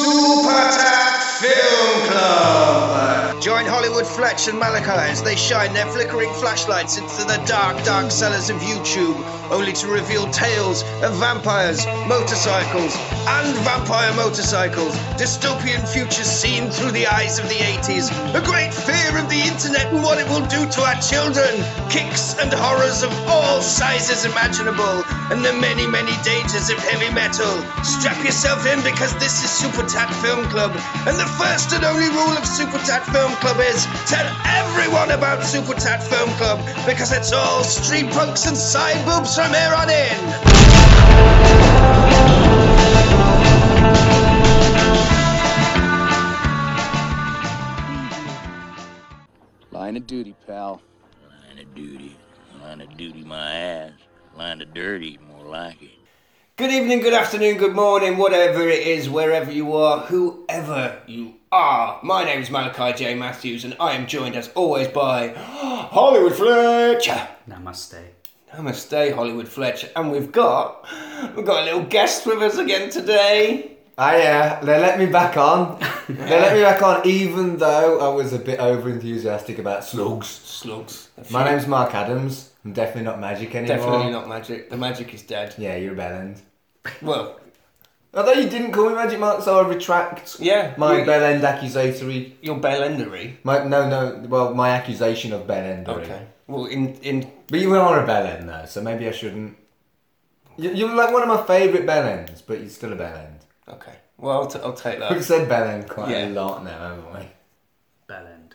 Super Tap Film Club! Join Hollywood Fletch and Malachi as they shine their flickering flashlights into the dark, dark cellars of YouTube, only to reveal tales of vampires, motorcycles, and vampire motorcycles, dystopian futures seen through the eyes of the 80s, a great fear of the internet and what it will do to our children, kicks and horrors of all sizes imaginable, and the many, many dangers of heavy metal. Strap yourself in because this is Super Tat Film Club, and the first and only rule of Super Tat Film Club is tell everyone about Super Tat Film Club because it's all street punks and side boobs from here on in. Line of duty, pal. Line of duty. Line of duty, my ass. Line of dirty, more like it. Good evening, good afternoon, good morning, whatever it is, wherever you are, whoever you are. My name is Malachi J. Matthews, and I am joined as always by Hollywood Fletcher. Namaste. Namaste, Hollywood Fletcher, and we've got we've got a little guest with us again today. Ah, yeah, they let me back on. they let me back on, even though I was a bit over enthusiastic about slugs. Slugs. My name's Mark Adams. I'm definitely not magic anymore. Definitely not magic. The magic is dead. Yeah, you're bellend. Well, Although you didn't call me magic, Mark, so I retract yeah. my you- bellend accusatory. You're Bellendery. My no, no. Well, my accusation of bellend. Okay. Well, in in But you are a bellend though, so maybe I shouldn't. You- You're like one of my favourite bellends, but you're still a bellend. okay. Well, I'll, t- I'll take We've that. said bellend quite a Yeah. lot now, haven't we? Bell end.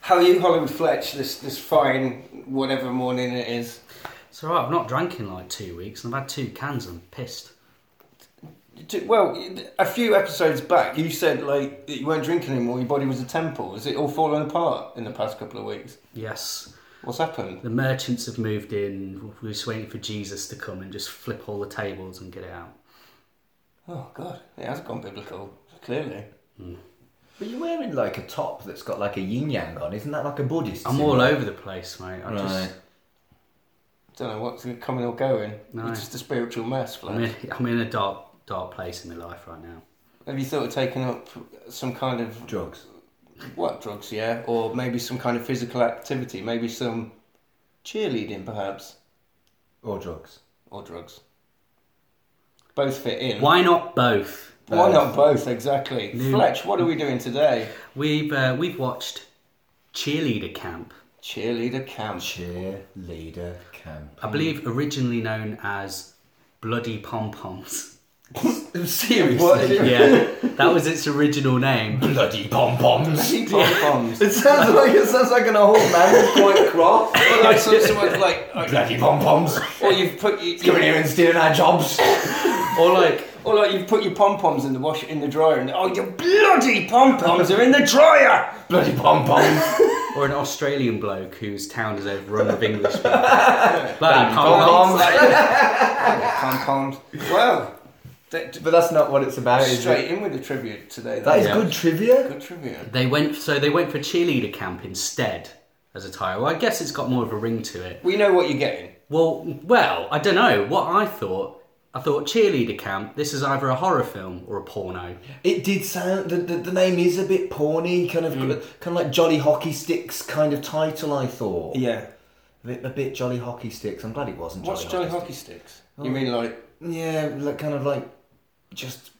How are you, Hollywood Fletch? This this fine whatever morning it is. It's alright, I've not drank in like two weeks and I've had two cans and I'm pissed. D- Well, a few episodes back, you said like that you weren't drinking anymore. Your body was a temple. Has it all fallen apart in the past couple of weeks? Yes. What's happened? The merchants have moved in. We're just waiting for Jesus to come and just flip all the tables and get it out. Oh God, it has gone biblical. Clearly. But you're wearing like a top that's got like a yin yang on, isn't that like a Buddhist? I'm symbol? all over the place, mate. I just, Don't know what's coming or going. No. It's just a spiritual mess, Fletch. I'm, in, I'm in a dark, dark place in my life right now. Have you thought of taking up some kind of drugs. what drugs? Yeah, or maybe some kind of physical activity. Maybe some cheerleading, perhaps, Or drugs. or drugs. Both fit in. Why not both? Why not both? Exactly. Fletch, what are we doing today? We've uh, we've watched cheerleader camp. Cheerleader camp. Cheerleader camp. I believe originally known as bloody pom poms. Seriously? yeah, that was its original name. Bloody pom poms. Cheap pom-poms. It sounds like it sounds like an old man who's quite cross. Well, like so someone's like, like, Bloody pom poms. or you've put you, Coming here and stealing our jobs. Or like or like you've put your pom poms in the wash in the dryer, and oh, your bloody pom poms are in the dryer. Bloody pom poms. Or an Australian bloke whose town is overrun with English people. Bloody Pom pom Pom poms. Wow. That, But that's not what it's about. Is it? straight in with the tribute today. That is Yeah. good trivia. good tribute. They went so they went for cheerleader camp instead as a title. Well, I guess it's got more of a ring to it. We know what you're getting. Well, well, I don't know what I thought. I thought cheerleader camp. This is either a horror film or a porno. It did sound the, the, the name is a bit porny, kind of kind of like Jolly Hockey Sticks kind of title. I thought. Yeah. A bit, a bit Jolly Hockey Sticks. I'm glad it wasn't. What's Jolly jolly Hockey hockey sticks? You mean like Yeah, like kind of like just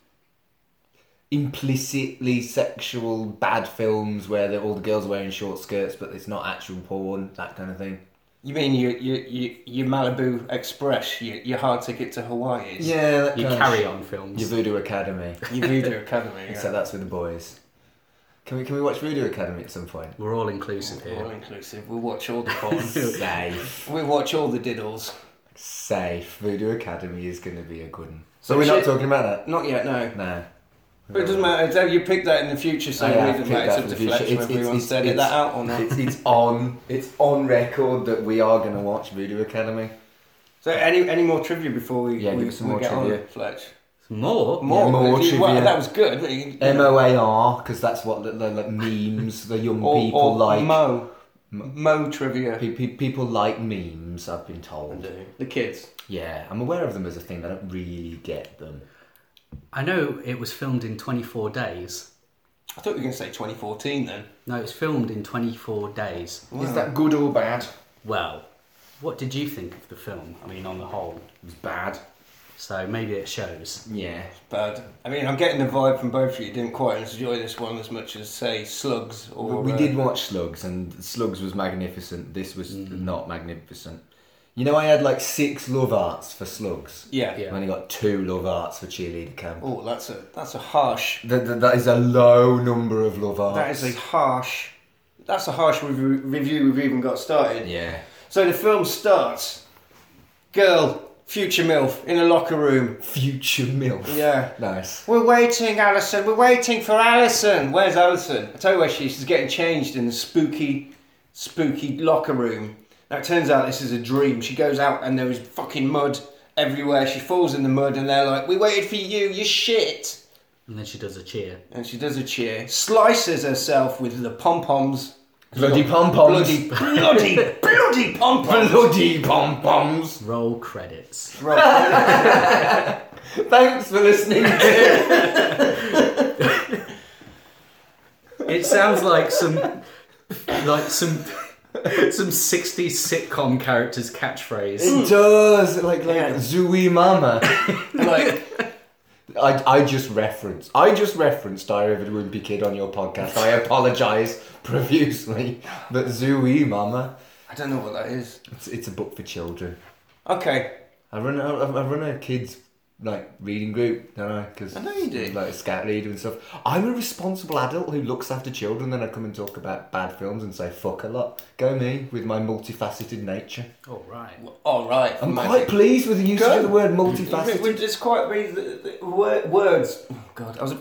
implicitly sexual bad films where the, all the girls are wearing short skirts, but it's not actual porn, that kind of thing. you mean your your your, your Malibu Express, your, your hard ticket to Hawaii, is Yeah, that You kind carry of on films. Your Voodoo Academy. your Voodoo Academy. Yeah. So that's with the boys. Can we can we watch Voodoo Academy at some point? We're all inclusive We're all here. inclusive. We'll watch all the porn. Safe, we watch all the diddles. safe. Voodoo Academy is going to be a good one. So we're not shit- talking about that. Not yet, no. No. But it doesn't matter. So you pick that in the future, so I it have doesn't picked matter. It's up to Oh, that for the future. Fletch It's- whether he it's- wants to it's- edit that out or not. It's, it's on. It's on record that we are going to watch Voodoo Academy. So any any more trivia before we Yeah, we, give us some we more get trivia. on, Fletch? More. More, more you- well, trivia. that was good. but you- M O A R because that's what the, the, the memes the young or, people or like. Mo Mo trivia. Pe- pe- people like memes. I've been told. The kids. Yeah, I'm aware of them as a thing. but I don't really get them. I know it was filmed in 24 days. I thought you were going to say 2014 then. No, it was filmed in 24 days. Is that good or bad? Well, what did you think of the film? I mean, on the whole. It's bad. So maybe it shows. Yeah. Bad. I mean, I'm getting the vibe from both of you. Didn't quite enjoy this one as much as say Slugs or. We uh, did watch Slugs, and Slugs was magnificent. This was Mm. not magnificent. You know, I had like six love arts for Slugs. Yeah. I only got two love arts for Cheerleader Camp. Oh, that's a that's a harsh. That, that, that is a low number of love arts. That is a harsh. That's a harsh review, review we've even got started. yeah. So the film starts. Girl, future milf in a locker room. Future milf. Yeah. Nice. We're waiting, Alison. We're waiting for Alison. Where's Alison? I tell you where she is. She's getting changed in the spooky, spooky locker room. Now it turns out this is a dream. She goes out and there is fucking mud everywhere. She falls in the mud and they're like, "We waited for you. You shit." And then she does a cheer. And she does a cheer, slices herself with the pom poms. Bloody pom poms. Bloody, bloody, bloody pom poms. bloody pom poms. Roll credits. Thanks for listening. It sounds like some, like some, some 60s sitcom character's catchphrase. it does like like Zooey Mama. Like, I, I just referenced I just referenced Diary of a Wimpy Kid on your podcast. I apologise profusely, but Zooey Mama, I don't know what that is. it's, it's a book for children. Okay. I run I, I run a kids like reading group, don't I? Because I know you do. Like a scout leader and stuff. I'm a responsible adult who looks after children. Then I come and talk about bad films and say fuck a lot. Go me with my multifaceted nature. All right. All right. I'm magic. quite pleased with the usage Go. of the word It would multifaceted. just quite be the, the wor- words. Oh God, I was.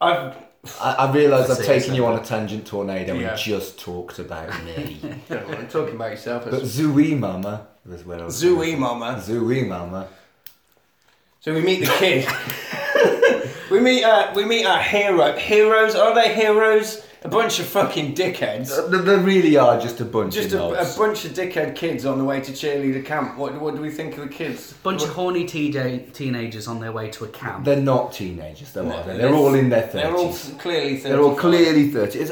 I've. I, I realise I've Say taken you something. on a tangent tornado Yeah. and just talked about me. I'm talking about yourself. But Zooey Mama was where I was. Zooey Mama. Zooey Mama. So we meet the kid. we meet. Uh, we meet our hero. Heroes are they heroes? A bunch of fucking dickheads. They, they really are just a bunch Just of a, a knobs. bunch of dickhead kids on the way to cheerleader camp. What, what do we think of the kids? Bunch of horny TJ teenagers on their way to a camp. They're not teenagers, though, are they? They're all in their 30s. They're all clearly. 30 They're all clearly 30. It's,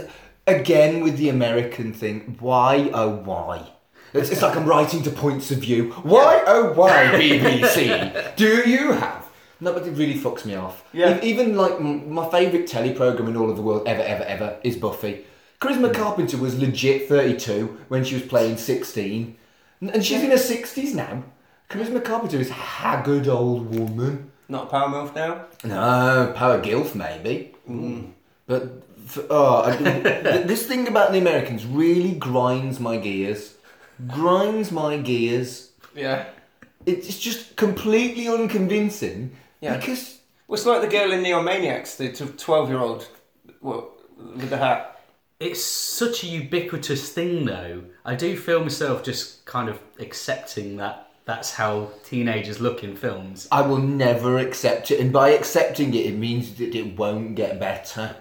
again, with the American thing, why oh why? It's, it's like I'm writing to points of view. Why oh why, BBC? Do you have? No, but it really fucks me off. Yeah. E- Even like m- my favourite telly programme in all of the world ever, ever, ever is Buffy. Charisma Carpenter was legit 32 when she was playing 16. N- And she's in her 60s now. Charisma Carpenter is a haggard old woman. Not a power move now. No, Power Gilf maybe. Mm. But f oh, I, th- this thing about the Americans really grinds my gears. Grinds my gears. Yeah. It- It's just completely unconvincing. Yeah. Because Well, it's like the girl in Neon Maniacs, the twelve-year-old, well, with the hat. It's such a ubiquitous thing, though. I do feel myself just kind of accepting that that's how teenagers look in films. I will never accept it, and by accepting it, it means that it won't get better.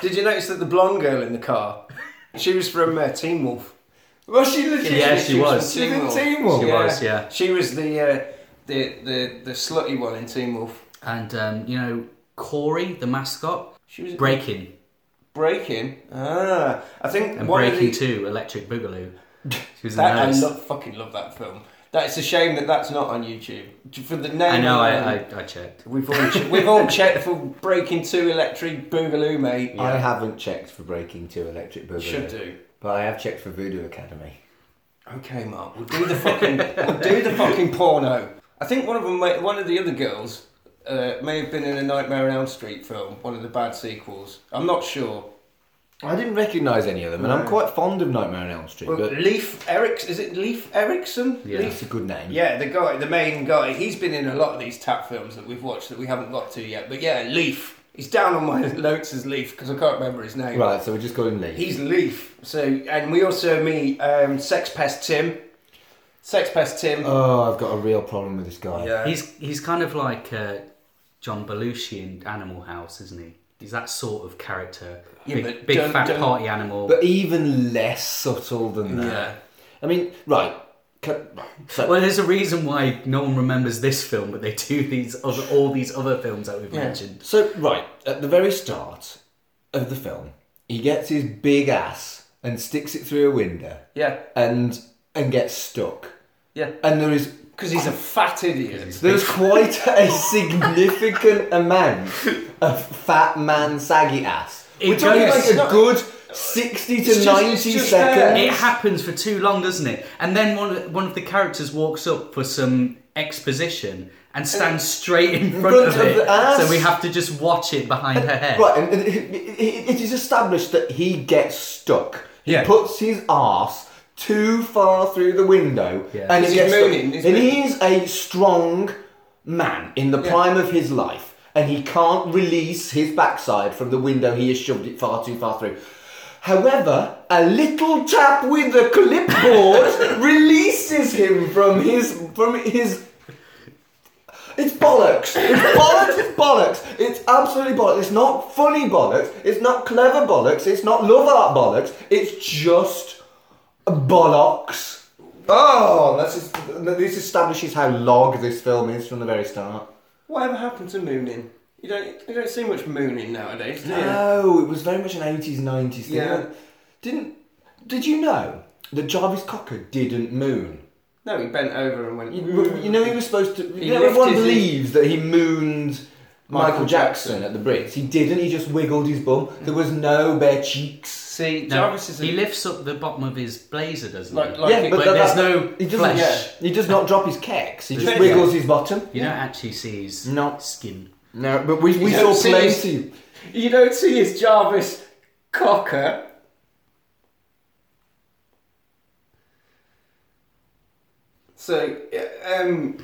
Did you notice that the blonde girl in the car? She was from uh, Teen Wolf. Well, she legit. Yeah, she was. from She was in Teen Wolf. She was, yeah. She was the uh, the the the slutty one in Teen Wolf. And um, you know, Corey, the mascot, She was breaking breaking. Ah, I think and one of breaking the- too, Electric Boogaloo. She was the That, I nurse. lo- fucking love that film. That it's a shame that that's not on YouTube for the name. I know. alone, I, I, I checked. We've all che- we've all checked for Breaking Two Electric Boogaloo, mate. I haven't checked for Breaking Two Electric Boogaloo. Should do. But I have checked for Voodoo Academy. Okay, Mark, we'll do the fucking we'll do the fucking porno. I think one of them, may, one of the other girls, uh, may have been in a Nightmare on Elm Street film, one of the bad sequels. I'm not sure. I didn't recognise any of them, and I'm quite fond of Nightmare on Elm Street. Well, But Leaf Eric, is it Leaf Erickson? Yeah. Leif- it's a good name. yeah, the guy, the main guy. He's been in a lot of these tap films that we've watched that we haven't got to yet. But yeah, Leaf. He's down on my notes as Leaf because I can't remember his name. Right, so we just got him Lee. He's Leaf. So, and we also meet um, Sex Pest Tim. Sex Pest Tim. oh, I've got a real problem with this guy. yeah. He's he's kind of like uh, John Belushi in Animal House, isn't he? He's that sort of character. Yeah, big but big don't- fat don't- party animal. But even less subtle than that. Yeah. I mean, right, Co- So, Well, there's a reason why no one remembers this film, but they do these other, all these other films that we've mentioned. so, right, at the very start of the film, he gets his big ass and sticks it through a window Yeah, and and gets stuck. yeah. And there is Because he's a fat idiot. There's quite a significant amount of fat man saggy ass. We're It talking goes- like it's a not- good 60 to just- 90 it's just seconds. It happens for too long, doesn't it? And then one of, one of the characters walks up for some exposition and stands straight in front, front of, of it, the ass. so we have to just watch it behind her head. Right, and, and it, it- it is established that he gets stuck. He Yeah. puts his ass too far through the window Yeah. and he He's gets mooning, stuck. he's And mooning. he is a strong man in the prime of his life and he can't release his backside from the window he has shoved it far too far through. However, a little tap with a clipboard releases him from his from his it's bollocks. It's bollocks. It's bollocks. It's absolutely bollocks. It's not funny bollocks. It's not clever bollocks. It's not love art bollocks. It's just bollocks. Oh, that's just, this establishes how log this film is from the very start. Whatever happened to mooning? You don't you don't see much mooning nowadays, do you? Uh, No, Oh, it was very much an 80s, 90s thing. Yeah. Didn't. Did you know that Jarvis Cocker didn't moon? no, he bent over and went. You, you know he was supposed to. You He know everyone lifted his- believes that he mooned Michael, Michael Jackson, at the Brits. He didn't. He just wiggled his bum. There was no bare cheeks. See, No, Jarvis is a, he lifts up the bottom of his blazer, doesn't like, he? like yeah, but, but that- there's that- no he doesn't, flesh. yeah, he does not drop his kecks. He just Yeah. wiggles his bottom. you don't actually see his No. skin. No, but we, we You saw don't see his- plenty. you don't see his Jarvis cocker. So, um,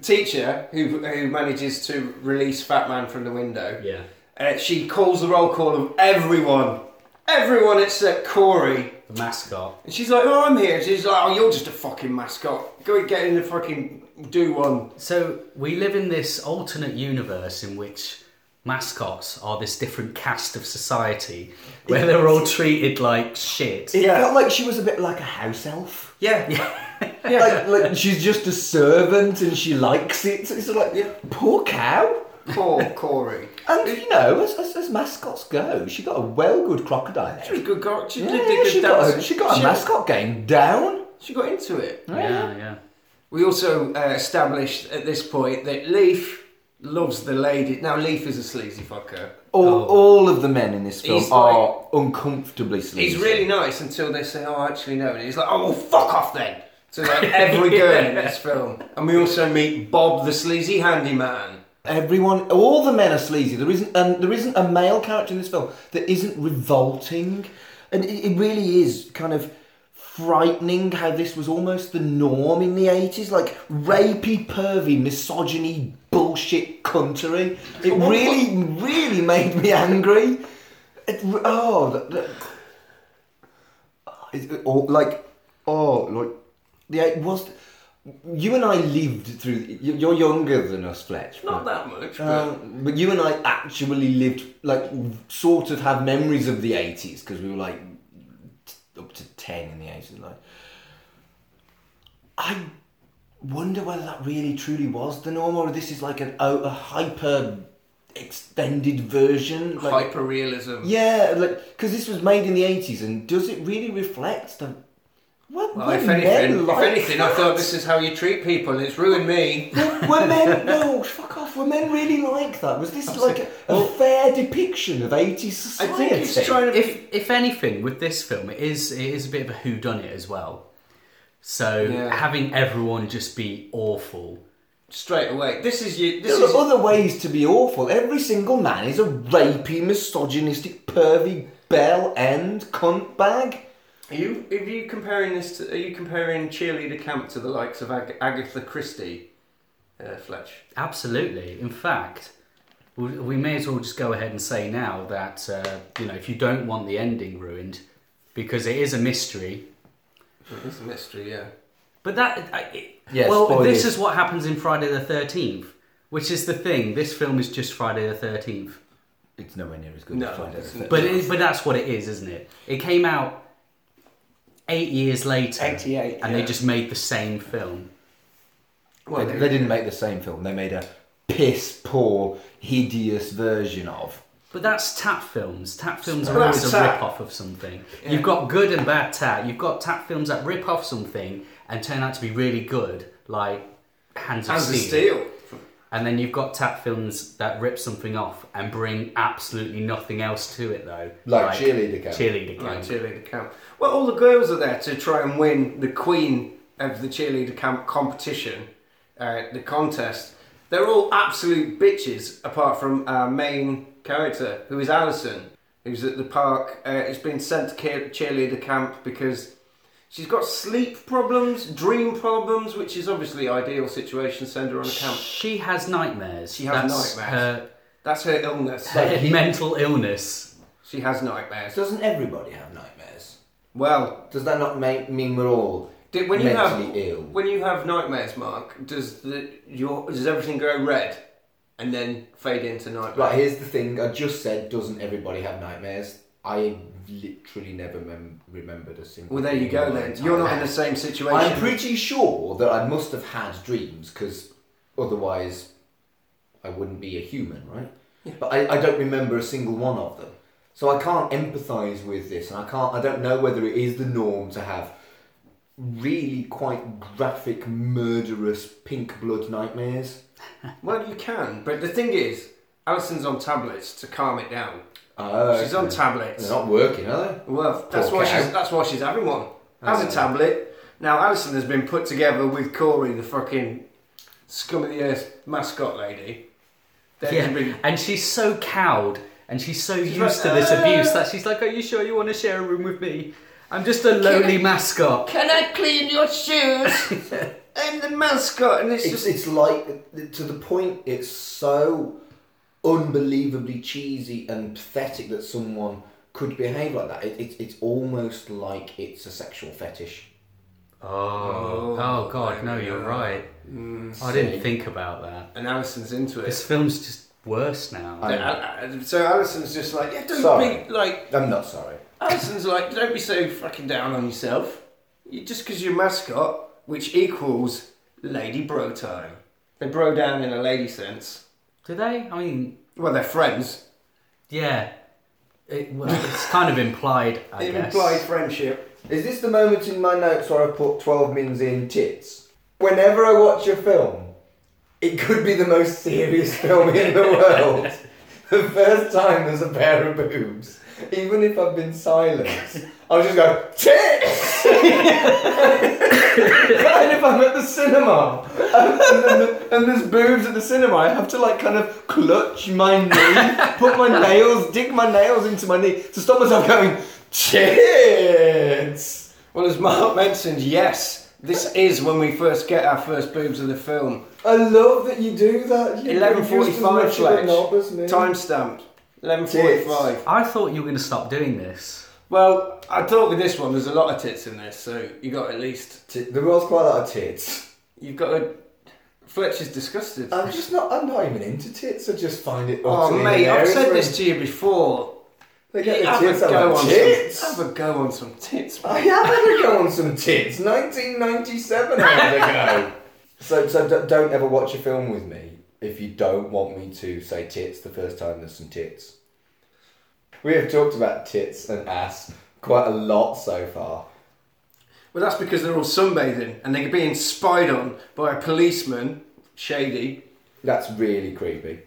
teacher who who manages to release Fat Man from the window. Yeah. Uh, she calls the roll call of everyone, everyone except Corey. The mascot. And she's like, "Oh, I'm here." She's like, "Oh, you're just a fucking mascot. Go and get in the fucking do one." So we live in this alternate universe in which mascots are this different cast of society where they're all treated like shit. It Yeah. felt like she was a bit like a house elf. Yeah, Like, like she's just a servant and she likes it. So it's like poor cow. poor Corey. And you know, as, as, as mascots go, she got a well good crocodile. egg. She was a good girl. She Yeah, did a good she, dance. got a, she got a mascot game down. She got into it. Yeah, yeah. We also uh, established at this point that Leaf loves the lady. Now Leaf is a sleazy fucker. All, Oh. all of the men in this film He's are uncomfortably sleazy. He's really nice until they say, "Oh, actually no," and he's like, "Oh, well, fuck off then." To like every girl in this film, and we also meet Bob the sleazy handyman. Everyone, all the men are sleazy. There isn't, um, there isn't a male character in this film that isn't revolting, and it, it really is kind of frightening how this was almost the norm in the eighties, like rapey, pervy, misogyny, bullshit, cuntery. It really, really made me angry. It, oh, the, the, it, it- or like, oh, like, yeah, it was. You and I lived through. you- You're younger than us, Fletch. Not but- that much, but um, but you and I actually lived, like, sort of have memories of the 80s because we were like t- up to 10 in the 80s. Like, I wonder whether that really truly was the norm or this is like an, o- a hyper extended version. Like, hyper realism. Yeah, like, because this was made in the 80s and does it really reflect the. What, Well, were if men anything, like if anything, I thought that? this is how you treat people. It's ruined me. were men no fuck off were men really like that was this like a, a fair depiction of 80s I society think it's trying to. If if anything, with this film, it is it is a bit of a who done it as well. So Yeah. having everyone just be awful. straight away. This is you. This there is are other ways to be awful every single man is a rapey misogynistic pervy bell end cunt bag Are you are you comparing this to are you comparing cheerleader camp to the likes of Ag- Agatha Christie, uh, Fletch? Absolutely. In fact, we, we may as well just go ahead and say now that uh, you know if you don't want the ending ruined, because it is a mystery. It's a mystery, yeah. But that I, it, Yeah, well, spoilers. this is what happens in Friday the Thirteenth, which is the thing. This film is just Friday the Thirteenth. it's nowhere near as good No, as Friday the it's 13th. But it, but that's what it is, isn't it? It came out eight years later, 88, and yeah. they just made the same film. Well, they, they didn't make the same film. They made a piss poor, hideous version of. But that's tap films. Tap films are Well, always that's a tap. rip off of something. You've got good and bad tap. You've got tap films that rip off something and turn out to be really good, like Hands, Hands of, of Steel. Steel. And then you've got tap films that rip something off and bring absolutely nothing else to it, though. Like Cheerleader Gang. Cheerleader Gang. Like cheerleader camp. Well, all the girls are there to try and win the queen of the cheerleader camp competition, uh, the contest. They're all absolute bitches, apart from our main character, who is Alison, who's at the park. Uh, has been sent to cheer- cheerleader camp because she's got sleep problems, dream problems, which is obviously ideal situation. Send her on a camp. She has nightmares. She has that's nightmares. That's her illness. Her mental illness. She has nightmares. Doesn't everybody have nightmares? Well, Does that not make, mean we're all Do, when you mentally have ill? when you have nightmares, Mark, does the your does everything go red and then fade into nightmare? Right, here's the thing. I just said, doesn't everybody have nightmares? I literally never mem- remembered a single. Well, there you thing go my then. entire You're not in the life. same situation. I'm pretty sure that I must have had dreams because otherwise I wouldn't be a human, right? But I, I don't remember a single one of them. So I can't empathise with this and I can't I don't know whether it is the norm to have really quite graphic, murderous pink blood nightmares. well, you can, but the thing is, Alison's on tablets to calm it down. Oh, She's on okay. tablets. They're not working, are they? Well, that's Poor why cow. she's that's why she's having one. Has a tablet. Now Alison has been put together with Corey, the fucking scum of the earth mascot lady. They've Yeah. been- And she's so cowed and she's so used like, to this "Ah." abuse that she's like, Are you sure you want to share a room with me? I'm just a lonely mascot. Can I clean your shoes? I'm the mascot, and it's, It's just it's like to the point. It's so unbelievably cheesy and pathetic that someone could behave like that. It, it, it's almost like it's a sexual fetish. Oh, oh God, no, you're right. Mm, I didn't think about that. and Alison's into it. This film's just worse now. I- Uh, uh, So Alison's just like, yeah, don't Sorry. be like. I'm not sorry. Alison's like, don't be so fucking down on yourself. You, just because you're a mascot, which equals lady bro time. They bro down in a lady sense. Do they? I mean, Well, they're friends. yeah. It, well, it's kind of implied, I It guess. implied friendship. Is this the moment in my notes where I put 12 mins in tits? Whenever I watch a film, it could be the most serious film in the world. The first time there's a pair of boobs, even if I've been silenced, I'll just go, tits! kind if I'm at the cinema and, and, and- and there's boobs at the cinema, I have to like kind of clutch my knee, put my nails, dig my nails into my knee to stop myself going, tits! Well, as Mark mentioned, yes, this is when we first get our first boobs of the film. I love that you do that. You Eleven forty-five, confuse as much of a knob as me. Fletch. Timestamp. Eleven forty-five. I thought you were going to stop doing this. Well, I thought with this one, there's a lot of tits in this, so you got at least T- There was quite a lot of tits. you've got a. Fletcher's disgusted. I'm just not. I'm not even into tits. I just find it. Oh utterly mate, I've hilarious said when this to you before. They get the Have a tits. I'm go like, on tits. some. Have a go on some tits. I have had a go on some tits. 1997 I had a go. So, so d- don't ever watch a film with me if you don't want me to say tits the first time there's some tits. We have talked about tits and ass quite a lot so far. Well, that's because they're all sunbathing and they're being spied on by a policeman, shady. That's really creepy.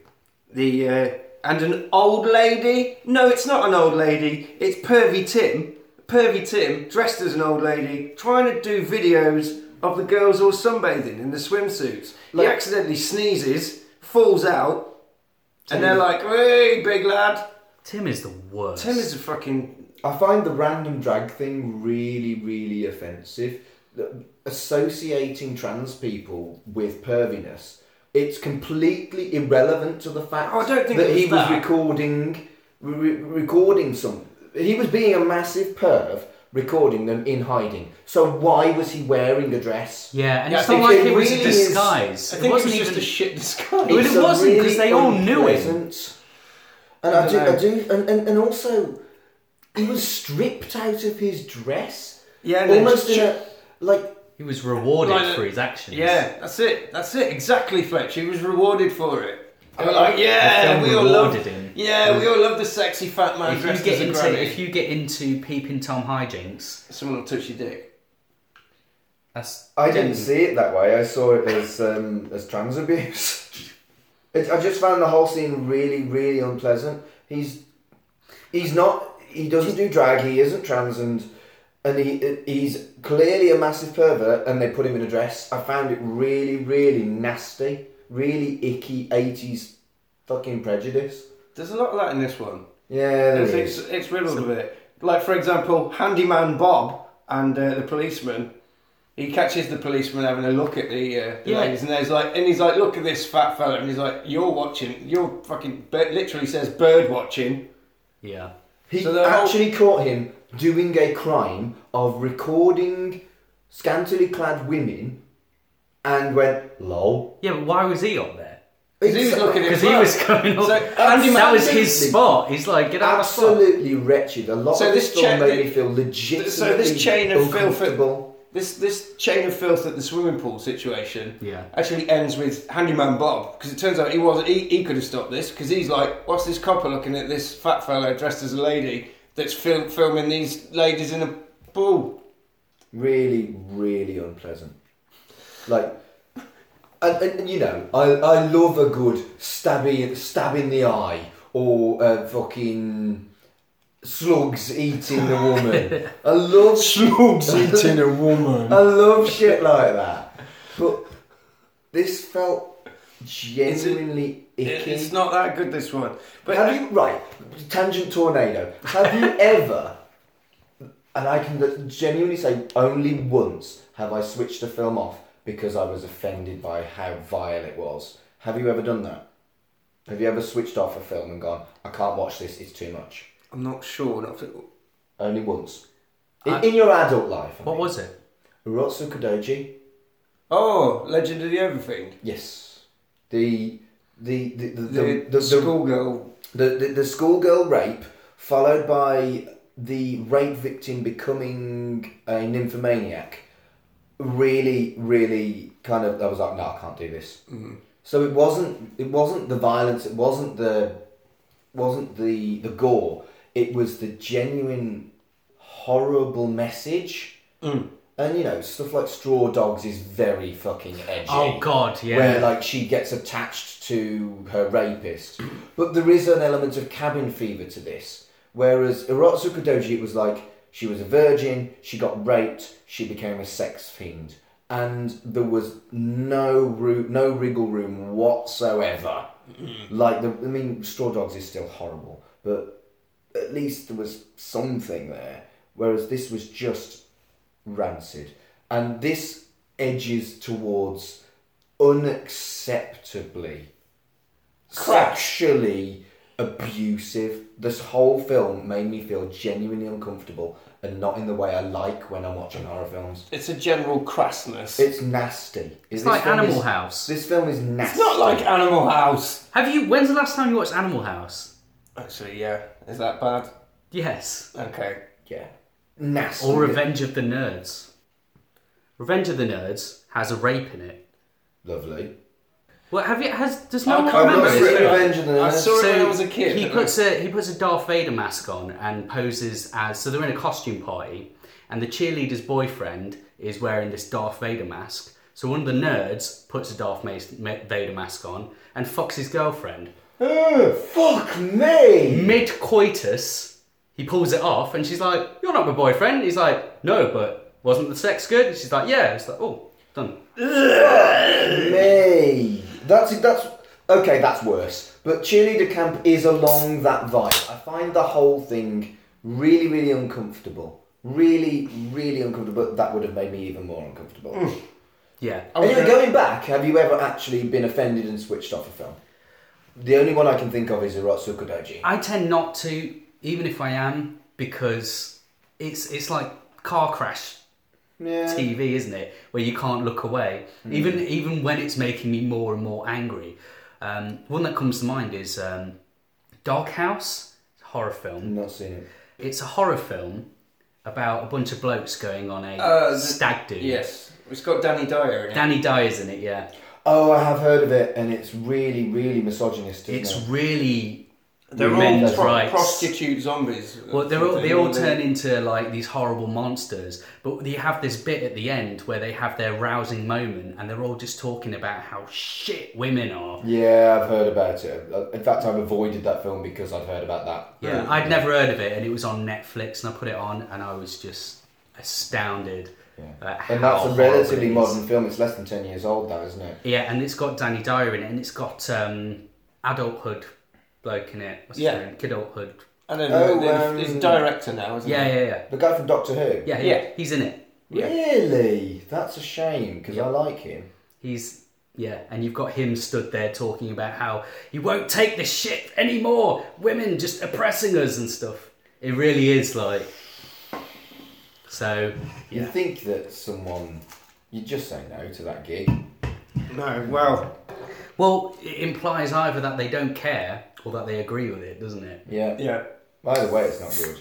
The uh, and an old lady. No, it's not an old lady. It's Pervy Tim. Pervy Tim, dressed as an old lady, trying to do videos of the girls all sunbathing in the swimsuits. he Like- accidentally sneezes, falls out, and they're like, "Hey, big lad." Tim is the worst. Tim is a fucking I find the random drag thing really, really offensive. The- Associating trans people with perviness, it's completely irrelevant to the fact Oh, I don't think that it was he was that. recording, re- recording some. He was being a massive perv, recording them in hiding. So why was he wearing a dress? Yeah, and Yeah, it's I not think like it it was a really is- disguise. I it think wasn't it was even just a shit disguise. Well, it It's a wasn't, 'cause they all knew him. unpleasant- And I, I do, dunno. I do, and, and, and also, he was stripped out of his dress. Yeah, no, Almost just in ch- a, like He was rewarded Like- for his actions. Yeah, that's it. That's it. Exactly, Fletch. He was rewarded for it. They were I- like, yeah, film we all love. rewarded him. Yeah, we all love the sexy fat man If you dressed get as a into granny. if you get into peeping tom hijinks, Someone will touch your dick. that's I didn't Mm. see it that way. I saw it as um, as trans abuse. It, I just found the whole scene really, really unpleasant. He's he's not. He doesn't do drag. He isn't trans, and and he he's clearly a massive pervert. And they put him in a dress. I found it really, really nasty. Really icky eighties fucking prejudice. There's a lot of that in this one. Yeah, there It's, is. it's, it's riddled with it. Like, for example, Handyman Bob and uh, the policeman. He catches the policeman having a look at the, uh, the Yeah. ladies, and he's like, and he's like, look at this fat fella, and he's like, you're watching, you're fucking, but literally says bird watching. yeah. He So the whole- actually caught him doing a crime of recording scantily clad women, and went lol. Yeah, but why was he on there? 'Cause he was looking at Because he was going on. So, Andy that was Mandy- his spot. He's like, get out of my spot. absolutely wretched. A lot So of this this film cha- made me feel legitimately so this chain of filth- uncomfortable. This this chain of filth at the swimming pool situation Yeah. actually ends with handyman Bob because it turns out he was he, he could have stopped this because he's like what's this copper looking at this fat fellow dressed as a lady that's fil- filming these ladies in a pool Really, really unpleasant. Like, and, and you know, I, I love a good stabby stab in the eye or uh, fucking slugs eating a woman. I love slugs eating a woman. I love shit like that. But this felt genuinely It- icky. it's not that good this one but Have you right? Tangent tornado. Have you ever? And I can genuinely say only once have I switched a film off because I was offended by how vile it was. Have you ever done that? Have you ever switched off a film and gone, I can't watch this, it's too much? I'm not sure not to- Only once. In, in your adult life. I What mean. was it? Urotsu Kodoji? oh Legend of the Everything Yes. The. The. The. The. the, The. The. The, schoolgirl the, the, the schoolgirl rape, followed by the rape victim becoming a nymphomaniac. Really, really kind of. I was like, no, I can't do this. Mm-hmm. So it wasn't. It wasn't the violence. It wasn't the. Wasn't the the gore. It was the genuine horrible message. Mm. And you know, stuff like Straw Dogs is very fucking edgy Oh God, yeah. where like she gets attached to her rapist. But there is an element of cabin fever to this. Whereas Erotsu Kodoji was like she was a virgin, she got raped, she became a sex fiend, and there was no room, no wriggle room whatsoever. Like the, I mean, Straw Dogs is still horrible, but at least there was something there. Whereas this was just rancid, and this edges towards unacceptably sexually abusive. This whole film made me feel genuinely uncomfortable and not in the way I like when I'm watching horror films. it's a general crassness It's nasty. It's like Animal is, House. This film is nasty. it's not like Animal House Have you? When's the last time you watched Animal House? actually yeah is that bad Yes. okay yeah, nasty. Or Revenge of the Nerds. Revenge of the Nerds has a rape in it. Lovely. Well, have you? Has does no one I've remember not this? seen Revenge of the I Nerds. saw Oh, it when I was a kid Uh, He and I- puts a he puts a Darth Vader mask on and poses as so they're in a costume party and the cheerleader's boyfriend is wearing this Darth Vader mask. So one of the nerds puts a Darth Mas- Ma- Vader mask on and fucks his girlfriend. Ugh, Oh, fuck me. Mid coitus, he pulls it off and she's like, "You're not my boyfriend." He's like, "No, but wasn't the sex good?" And she's like, "Yeah." It's like, "Oh, done." me. That's it. That's okay. That's worse. But cheerleader camp is along that vibe. I find the whole thing really, really uncomfortable. Really, really uncomfortable. But that would have made me even more uncomfortable. Mm. Yeah. Anyway, going back, have you ever actually been offended and switched off a film? The only one I can think of is Erotsu Kodoji. I tend not to, even if I am, because it's it's like car crash Yeah. TV, isn't it? Where you can't look away, Hmm. even even when it's making me more and more angry. Um, one that comes to mind is um, Doghouse, horror film. Not seen it. It's a horror film, about a bunch of blokes going on a Uh, the- stag do. Yes. It's got Danny Dyer in it. Danny Dyer's in it, yeah. Oh, I have heard of it, and it's really, really misogynist. Isn't It's it? really They're all men's pro- rights. prostitute zombies. Well, they're all, they all turn into like these horrible monsters, but you have this bit at the end where they have their rousing moment and they're all just talking about how shit women are. Yeah, I've heard about it. Uh, In fact, I've avoided that film because I've heard about that. Yeah, I'd never heard of it and it was on Netflix and I put it on and I was just astounded. at how And that's a horrible relatively it is. modern film. It's less than ten years old now, isn't it? Yeah, and it's got Danny Dyer in it and it's got um, adulthood bloke in it. What's Yeah. his name? Kidulthood. I don't Oh, know. they're- um, he's director now, isn't Yeah, he? yeah, yeah. The guy from Doctor Who. Yeah, yeah. Yeah. He's in it. Really? That's a shame because I like him. He's yeah, and you've got him stood there talking about how he won't take the shit anymore. Women just oppressing us and stuff. It really is like. So You yeah, think that someone, you just say no to that gig. No, well, well, it implies either that they don't care or that they agree with it, doesn't it? Yeah. yeah. Either way, it's not good.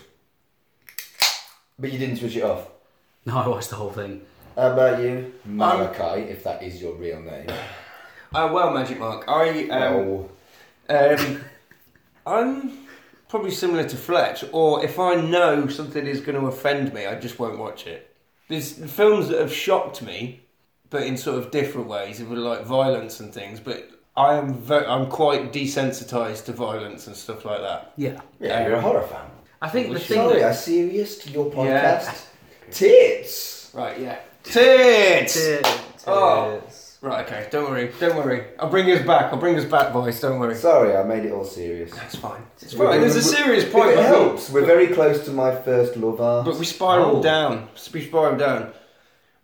But you didn't switch it off. No, I watched the whole thing. How about you, Malachi? if that is your real name. Uh, well, Magic Mark, I um, oh, um, I'm probably similar to Fletch, or if I know something is going to offend me, I just won't watch it. There's films that have shocked me, but in sort of different ways, with like violence and things. But I am ve- I'm quite desensitized to violence and stuff like that. Yeah, yeah, you're a horror fan. I think the thing Sorry, that I serious to your podcast. Yeah. Tits. Right? Yeah. Tits. Tits. Oh. Right. Okay. Don't worry. Don't worry. I'll bring us back. I'll bring us back, boys. Don't worry. Sorry, I made it all serious. That's fine. It's Well, fine. There's a we- serious If point. it but we- helps, we're very close to my first love art. But we spiral Oh. down. We spiral down.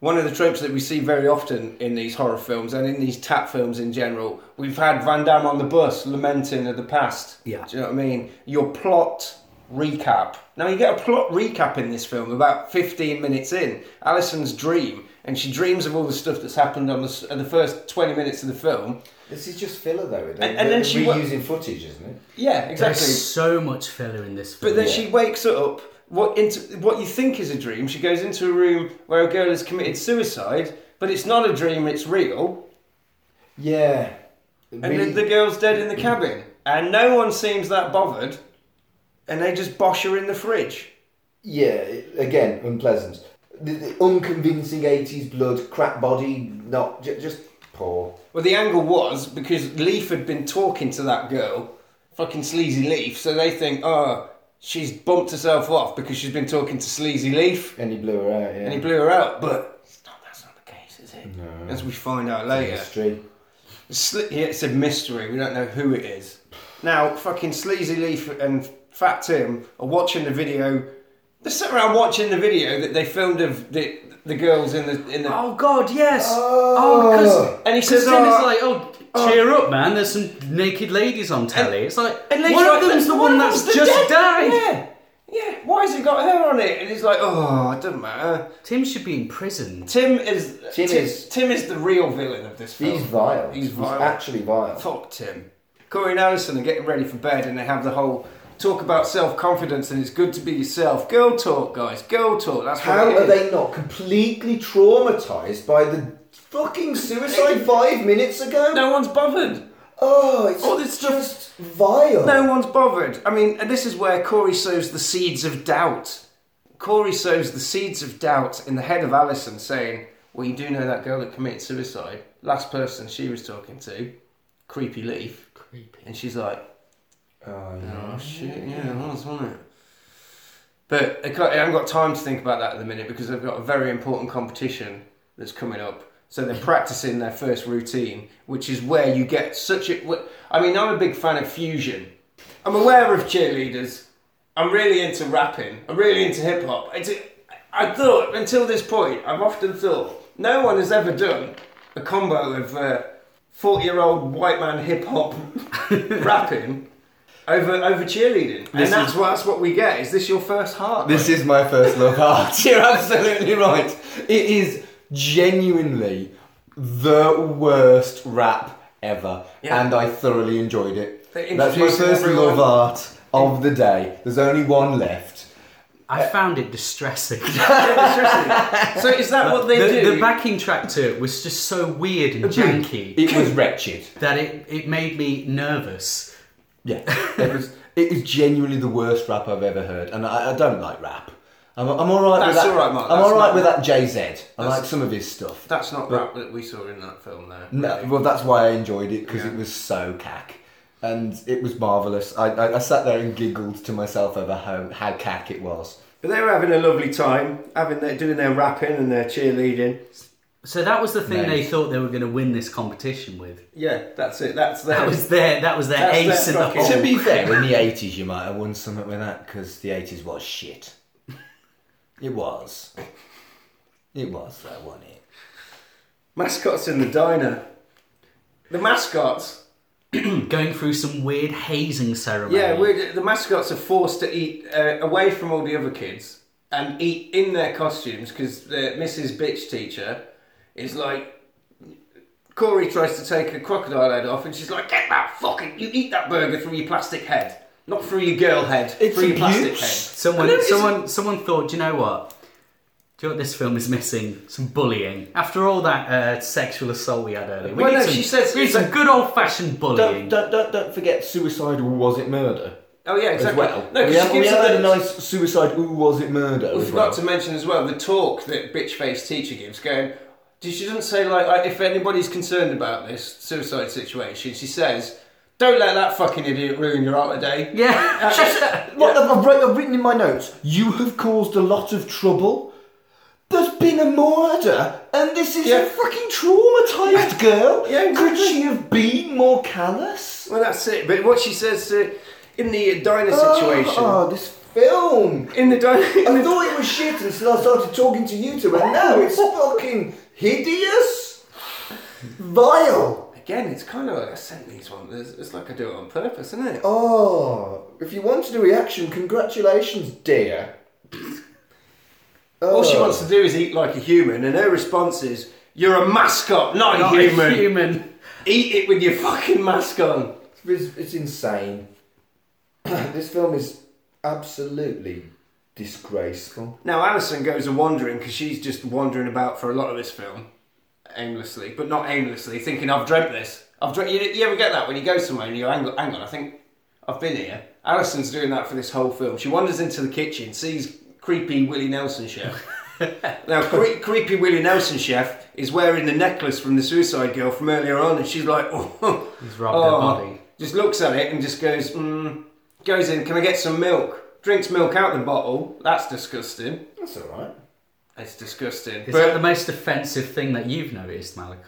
One of the tropes that we see very often in these horror films and in these tap films in general, we've had Van Damme on the bus lamenting of the past. Yeah. Do you know what I mean? Your plot recap. Now you get a plot recap in this film about 15 minutes in. Alison's dream, and she dreams of all the stuff that's happened on the, s- on the first 20 minutes of the film. This is just filler, though. They're, And- and then they're she wa- reusing footage, isn't it? Yeah, exactly. There's so much filler in this film. But then she wakes up. What into what you think is a dream? She goes into a room where a girl has committed suicide, but it's not a dream. It's real, Yeah. and the, the girl's dead in the cabin, and no one seems that bothered, and they just bosh her in the fridge. Yeah, again, unpleasant. The, the unconvincing 80s blood, crap body, not j- just poor. Well, the angle was because Leaf had been talking to that girl, fucking sleazy Leaf. So they think, oh, she's bumped herself off because she's been talking to sleazy Leaf, And he blew her out, yeah. and he blew her out. But it's not, that's not the case, is it? No. As we find out later. History. Sli- yeah, it's a mystery. We don't know who it is. Now, fucking Sleazy Leaf and Fat Tim are watching the video. They're sitting around watching the video that they filmed of the the girls in the in the. Oh God, yes. Oh, because And he because says, Tim "Oh, is like, oh, cheer up, man. There's some naked ladies on telly. it's like And later one on, of them's the one that's the just dead- died. Yeah, yeah. Why has it got her on it? And he's like, oh, it doesn't matter. Tim should be in prison. Tim is Tim Tim, is- is Tim is the real villain of this film. He's vile. Oh, He's vile. actually vile. Fuck Tim. Corey and Allison are getting ready for bed and they have the whole talk about self confidence and it's good to be yourself. Girl talk, guys, girl talk. That's what How it are is. they not completely traumatised by the fucking suicide five minutes ago? No one's bothered. Oh, it's All this stuff- just vile. No one's bothered. I mean, and this is where Corey sows the seeds of doubt. Corey sows the seeds of doubt in the head of Allison, saying, Well, you do know that girl that committed suicide, last person she was talking to, Creepy Leaf. Creepy. And she's like, Oh, yeah. Oh shit, yeah, it was, wasn't it? But I can't- I haven't got time to think about that at the minute because they've got a very important competition that's coming up. So they're practicing their first routine, which is where you get such a. wh- I mean, I'm a big fan of fusion. I'm aware of cheerleaders. I'm really into rapping. I'm really into hip hop. I, do- I thought until this point, I've often thought no one has ever done a combo of uh, forty-year-old white man hip hop rapping over over cheerleading, and that's what that's what we get. Is this your first heart? This is my first love art. You're absolutely right. It is genuinely the worst rap ever, Yeah. and I thoroughly enjoyed it. They're That's my introducing first everyone. love art of the day. There's only one left, I found it distressing. so is that what they the, do? the backing track to it was just so weird and janky It was wretched. that it, it made me nervous. Yeah, it was. It is genuinely the worst rap I've ever heard, and I, I don't like rap. I'm, I'm all right with That's that. all right, Mark, I'm that's all right not- with that Jay Z. I like some of his stuff. That's not rap that we saw in that film, though. No, really. well, that's why I enjoyed it because Yeah. it was so cack, and it was marvelous. I, I, I sat there and giggled to myself over how how cack it was. But they were having a lovely time, having their doing their rapping and their cheerleading. So that was the thing they Nice. thought they were going to win this competition with. Yeah, that's it. That's their. That was their that was their That's ace their in the fucking- hole. To be fair, in the eighties, you might have won something with that because the eighties was shit. It was. It was though, wasn't it? mascots in the diner. The mascots. Going through some weird hazing ceremony. Yeah, we're, the mascots are forced to eat uh, away from all the other kids and eat in their costumes because Mrs. Bitch teacher is like. Corey tries to take a crocodile head off, and she's like, "Get that fucking! You eat that burger through your plastic head, not through your girl head, It's through your plastic abuse. head." Someone, No, it's- someone, someone thought. Do you know what? Do you know what this film is missing? Some bullying. After all that uh, sexual assault we had earlier, we Well, need no, some, she says- we need some good old fashioned bullying. Don't don't don't, don't forget, suicide or was it murder? Oh yeah, as exactly. well. No, we because have, she we gives have her had a the, nice suicide. Ooh, was it murder? We as forgot well. to mention as well the talk that bitch face teacher gives, going, "Did she doesn't say like, like if anybody's concerned about this suicide situation?" She says, "Don't let that fucking idiot ruin your art today." Yeah. Uh, What I've, writ- I've written in my notes. You have caused a lot of trouble. There's been a murder, and this is Yeah. a fucking traumatized girl. Yeah, Could exactly. she have been more callous? Well, that's it. But what she says to, in the diner situation, Oh, oh, this film. in the diner, in I the, thought it was shit until I started talking to you two, and now it's fucking hideous, vile. again, it's kind of like I sent these ones. It's, it's like I do it on purpose, isn't it? Oh, if you wanted a reaction, congratulations, dear. All she wants to do is eat like a human, and her response is, "You're a mascot, not, Not a a human. human. Eat it with your fucking mask on." It's, it's insane. this film is absolutely disgraceful. Now Alison goes a wandering because she's just wandering about for a lot of this film, aimlessly, but not aimlessly, thinking I've dreamt this. I've dreamt. You, you ever get that when you go somewhere and you hang, on- hang on? I think I've been here. Alison's doing that for this whole film. She wanders into the kitchen, sees creepy Willie Nelson chef. now cre- creepy Willie Nelson chef is wearing the necklace from the Suicide Girl from earlier on, and she's like, oh, He's robbed her body. Just looks at it and just goes, mm, goes in. Can I get some milk? Drinks milk out the bottle. That's disgusting. That's alright. It's disgusting. Is but that the most offensive thing that you've noticed, Malachi?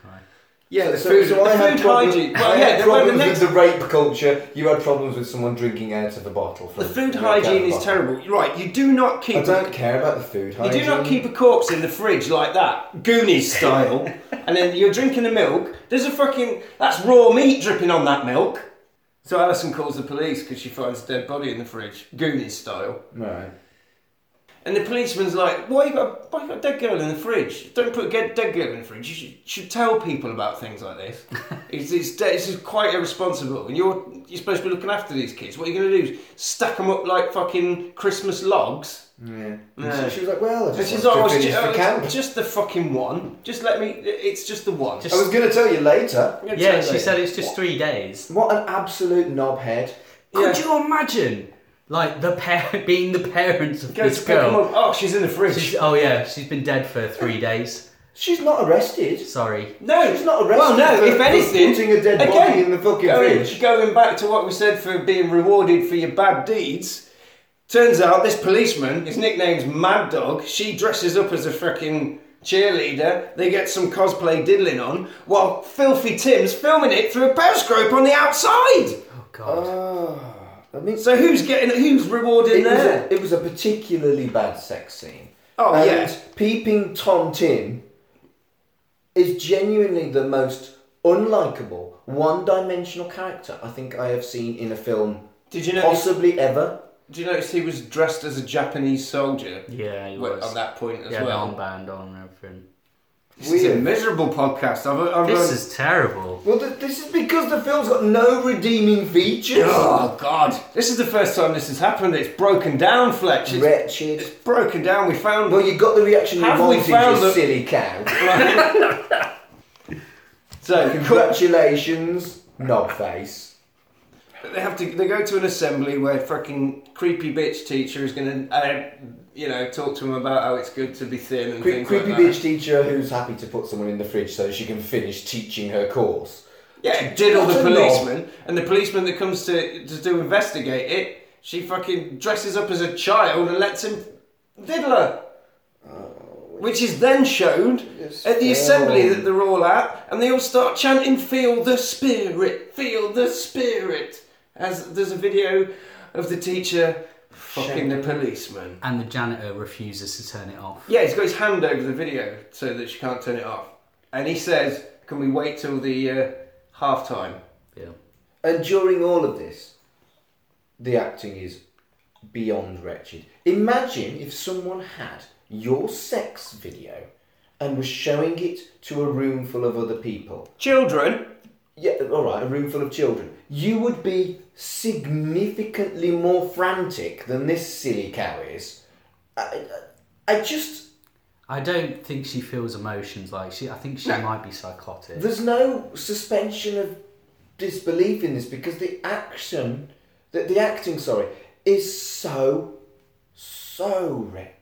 yeah, the So, food, so I the had food problems, hygiene. I Well, had yeah, the, well, the problems next, with the rape culture. You had problems with someone drinking out of a bottle. the From food out of hygiene a is bottle. terrible. Right, you do not keep. I don't care about the food you hygiene. do not keep a corpse in the fridge like that, Goonies style, and then you're drinking the milk. There's a fucking that's raw meat dripping on that milk. So Alison calls the police because she finds a dead body in the fridge, Goonies style. No. And the policeman's like, "Why you got why you got a dead girl in the fridge? Don't put a dead dead girl in the fridge. You should, should tell people about things like this. it's it's, de- it's just quite irresponsible. And you're you're supposed to be looking after these kids. What are you going to do? Stack them up like fucking Christmas logs? Yeah. No. So she was like, "Well, I And just she's wanted like, "Oh, it's to finish ju- oh, the camp." it's just the fucking one. Just let me. It's just the one. Just- I was going to tell you later. I'm gonna Yeah, tell she you. said it's just three days. What an absolute knobhead. Could Yeah. you imagine, like the par- being the parents of Go to this pick 'em girl? up. Oh, she's in the fridge. She's, oh yeah, she's been dead for three days. She's not arrested. Sorry. No, She's not arrested Well, no. for- If for anything, putting a dead body in the fucking going, fridge. Going back to what we said for being rewarded for your bad deeds, turns out this policeman, his nickname's Mad Dog. She dresses up as a freaking cheerleader. They get some cosplay diddling on, while Filthy Tim's filming it through a periscope on the outside. Oh Uh, god. I mean, So who's getting? Who's rewarded it, was there? a, it was a particularly bad sex scene. Oh, and yeah. Peeping Tom Tim is genuinely the most unlikable, one-dimensional character I think I have seen in a film, Did you notice? possibly ever. Do you notice he was dressed as a Japanese soldier? Yeah, he Well, was. at that point as yeah, well. the armband on and everything. This is a miserable podcast. I've, I've This run- is terrible. Well, th- this is because the film's got no redeeming features. Oh God! This is the first time this has happened. It's broken down, Fletch. It's Wretched. broken down. We found. Well, you got the reaction you Have we wanted, found you the- silly cow. so Congratulations, knobface. they have to. They go to an assembly where fucking creepy bitch teacher is going to, uh, you know, talk to them about how it's good to be thin and Cre- things creepy like that. bitch teacher who's happy to put someone in the fridge so she can finish teaching her course. Yeah, diddle What the a knob. policeman, and the policeman that comes to to, to investigate it, she fucking dresses up as a child and lets him diddle her. Which is then shown at the assembly that they're all at, and they all start chanting, Feel the spirit, feel the spirit. As there's a video of the teacher fucking the policeman. And the janitor refuses to turn it off. Yeah, he's got his hand over the video so that she can't turn it off. And he says, Can we wait till the uh, half time? Yeah. And during all of this, the acting is beyond wretched. Imagine if someone had your sex video and was showing it to a room full of other people. Children, Yeah, all right, a room full of children. You would be significantly more frantic than this silly cow is. I, I I just I don't think she feels emotions like she. I think she might be psychotic. there's no suspension of disbelief in this because the action, the, the acting, sorry, is so so wretched.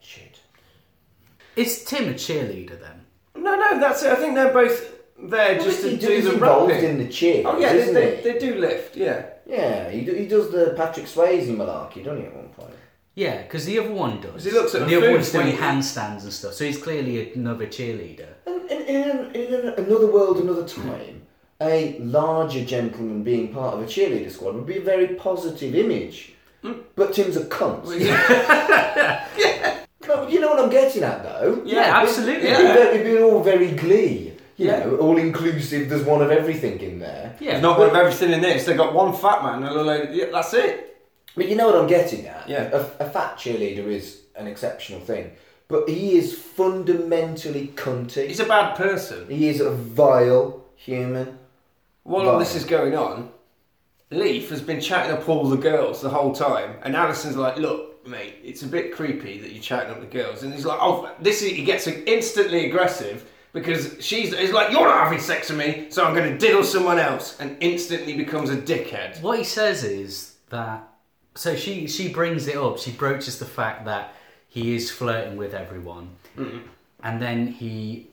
Is Tim a cheerleader then? No, no, that's it. I think they're both there just to He do is the involved rapping. in the cheer, oh yeah, they, isn't they, he? they do lift. Yeah, Yeah, he, do, he does the Patrick Swayze malarkey, doesn't he? At one point. Yeah, because the other one does. he looks at And the the other food one's doing when he- handstands and stuff, so he's clearly another cheerleader. And in, in, in an- another world, another time, a larger gentleman being part of a cheerleader squad would be a very positive image. Mm. But Tim's a cunt. No, you know what I'm getting at, though. Yeah, absolutely. It'd, be very, it'd be all very glee. You Yeah. know, all inclusive. There's one of everything in there. Yeah, There's not one of everything in this. They got one fat man and a load. Yeah, that's it. But you know what I'm getting at? Yeah. A, a fat cheerleader is an exceptional thing, but he is fundamentally cunty. He's a bad person. he is a vile human. While all this is going on, Leaf has been chatting up all the girls the whole time, and Alison's like, "Look, mate, it's a bit creepy that you're chatting up the girls." And he's like, "Oh, this is." He gets instantly aggressive. Because she's he's like, you're not having sex with me, so I'm going to diddle someone else, and instantly becomes a dickhead. What he says is that so she she brings it up. She broaches the fact that he is flirting with everyone, Mm-hmm. and then he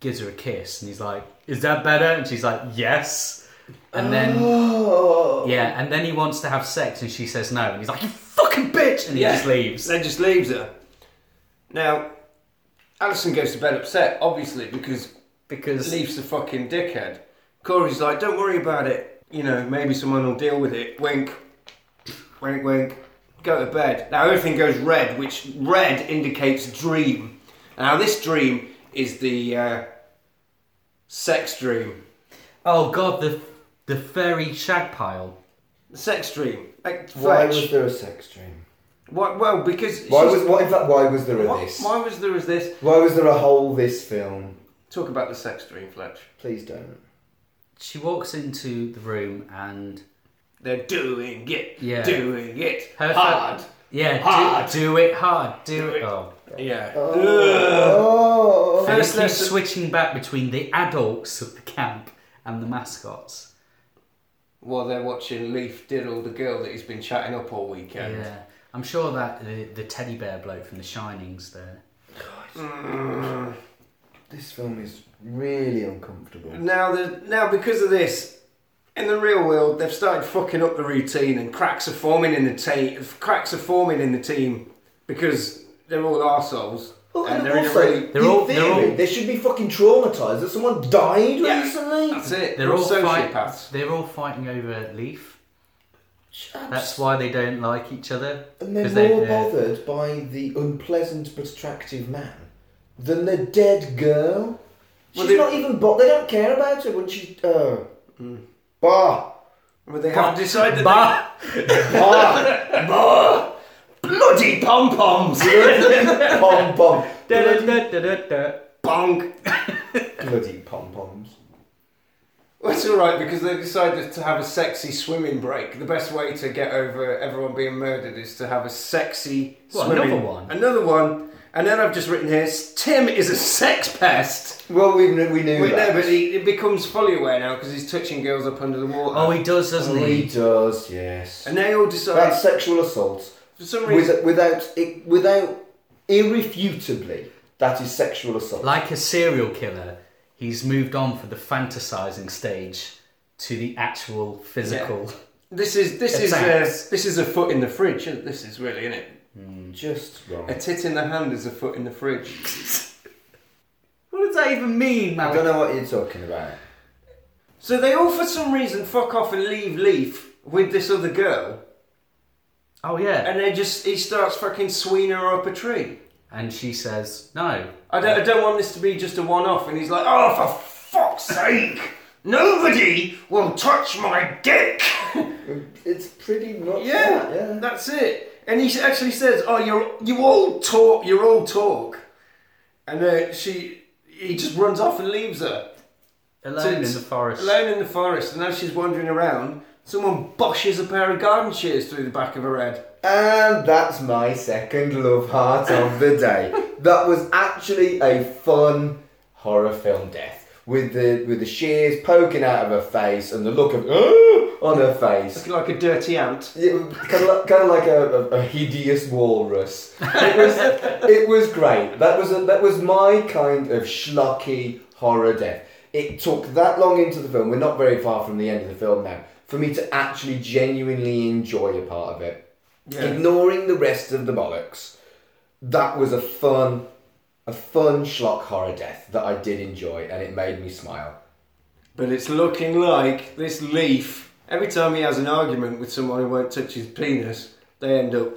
gives her a kiss, and he's like, "Is that better?" And she's like, "Yes." And then Oh. yeah, and then he wants to have sex, and she says no, and he's like, "You fucking bitch," and he Yeah. just leaves. Then just leaves her. Now, Alison goes to bed upset, obviously, because Because Leaf's a fucking dickhead. Corey's like, don't worry about it. You know, maybe someone will deal with it. Wink. Wink, wink. Go to bed. Now, everything goes red, which red indicates dream. Now, this dream is the uh, sex dream. oh god, the the furry shag pile. The sex dream. Like, Why Fletch. was there a sex dream? Why- well, because. Why she's- was what in fact? Why was there a why, this? why was there as this? Why was there a whole this film? Talk about the sex dream, Fletch. Please don't. She walks into the room and They're doing it, Yeah. doing it Her fa- hard. yeah, Hard. Do, do it hard, do it. it. Oh. Yeah. Oh, And it First keeps lesson- switching back between the adults of the camp and the mascots. While they're watching Leaf diddle the girl that he's been chatting up all weekend. Yeah, I'm sure that the, the teddy bear bloke from The Shining's there. this film is really uncomfortable. Now, the, now because of this, in the real world, they've started fucking up the routine, and cracks are forming in the team. Cracks are forming in the team because they're all arseholes. Well, and and they're also, in a really They're in all- theory, they're all- they should be fucking traumatized that someone died Yeah, recently. That's it. They're all fight- sociopaths. They're all fighting over Leaf. That's why they don't like each other. And they're 'cause more bothered by the unpleasant but attractive man than the dead girl. She's they- not even bo- They don't care about her when she. Uh, Bah! Well, they have decided. Bah! they- bloody pom poms. Pom pom. Da, da, da, da, da, da. Bonk. Bloody pom poms. Well, it's all right because they decided to have a sexy swimming break. The best way to get over everyone being murdered is to have a sexy Well, swimming. another one. Another one. And then I've just written here: Tim is a sex pest. Well, we knew, we knew Wait, no, that. but he, it becomes fully aware now because he's touching girls up under the water. Oh, he does, doesn't he he? does, yes. and they all decide That's sexual assault. for some reason. With, without, i- without, irrefutably, that is sexual assault. Like a serial killer, he's moved on from the fantasizing stage to the actual physical. This is this It's is a, sex. this is a foot in the fridge. isn't- This is really, isn't it? Just wrong. A tit in the hand is a foot in the fridge. What does that even mean, I man? don't know what you're talking about. So they all, for some reason, fuck off and leave Leaf with this other girl, Oh yeah. and then just he starts fucking sweening her up a tree. And she says no. I don't, I don't want this to be just a one-off, and he's like, "Oh, for fuck's sake, nobody will touch my dick." It's pretty much Yeah, that, yeah. that's it. And he actually says, "Oh, you're you all talk, you're all talk," and uh, she he just runs off and leaves her Alone in Since- the forest. alone in the forest. And as she's wandering around, someone boshes a pair of garden shears through the back of her head. And that's my second love heart of the day. that was actually a fun horror film death with the with the shears poking out of her face and the look of "Oh," on her face. Looking like a dirty ant. It was kind of like, kind of like a, a, a hideous walrus. It was it was great. That was a, that was my kind of schlocky horror death. It took that long into the film. We're not very far from the end of the film now. For me to actually genuinely enjoy a part of it ignoring the rest of the bollocks, that was a fun, a fun schlock horror death that I did enjoy, and it made me smile. But it's looking like this leaf. Every time he has an argument with someone who won't touch his penis, they end up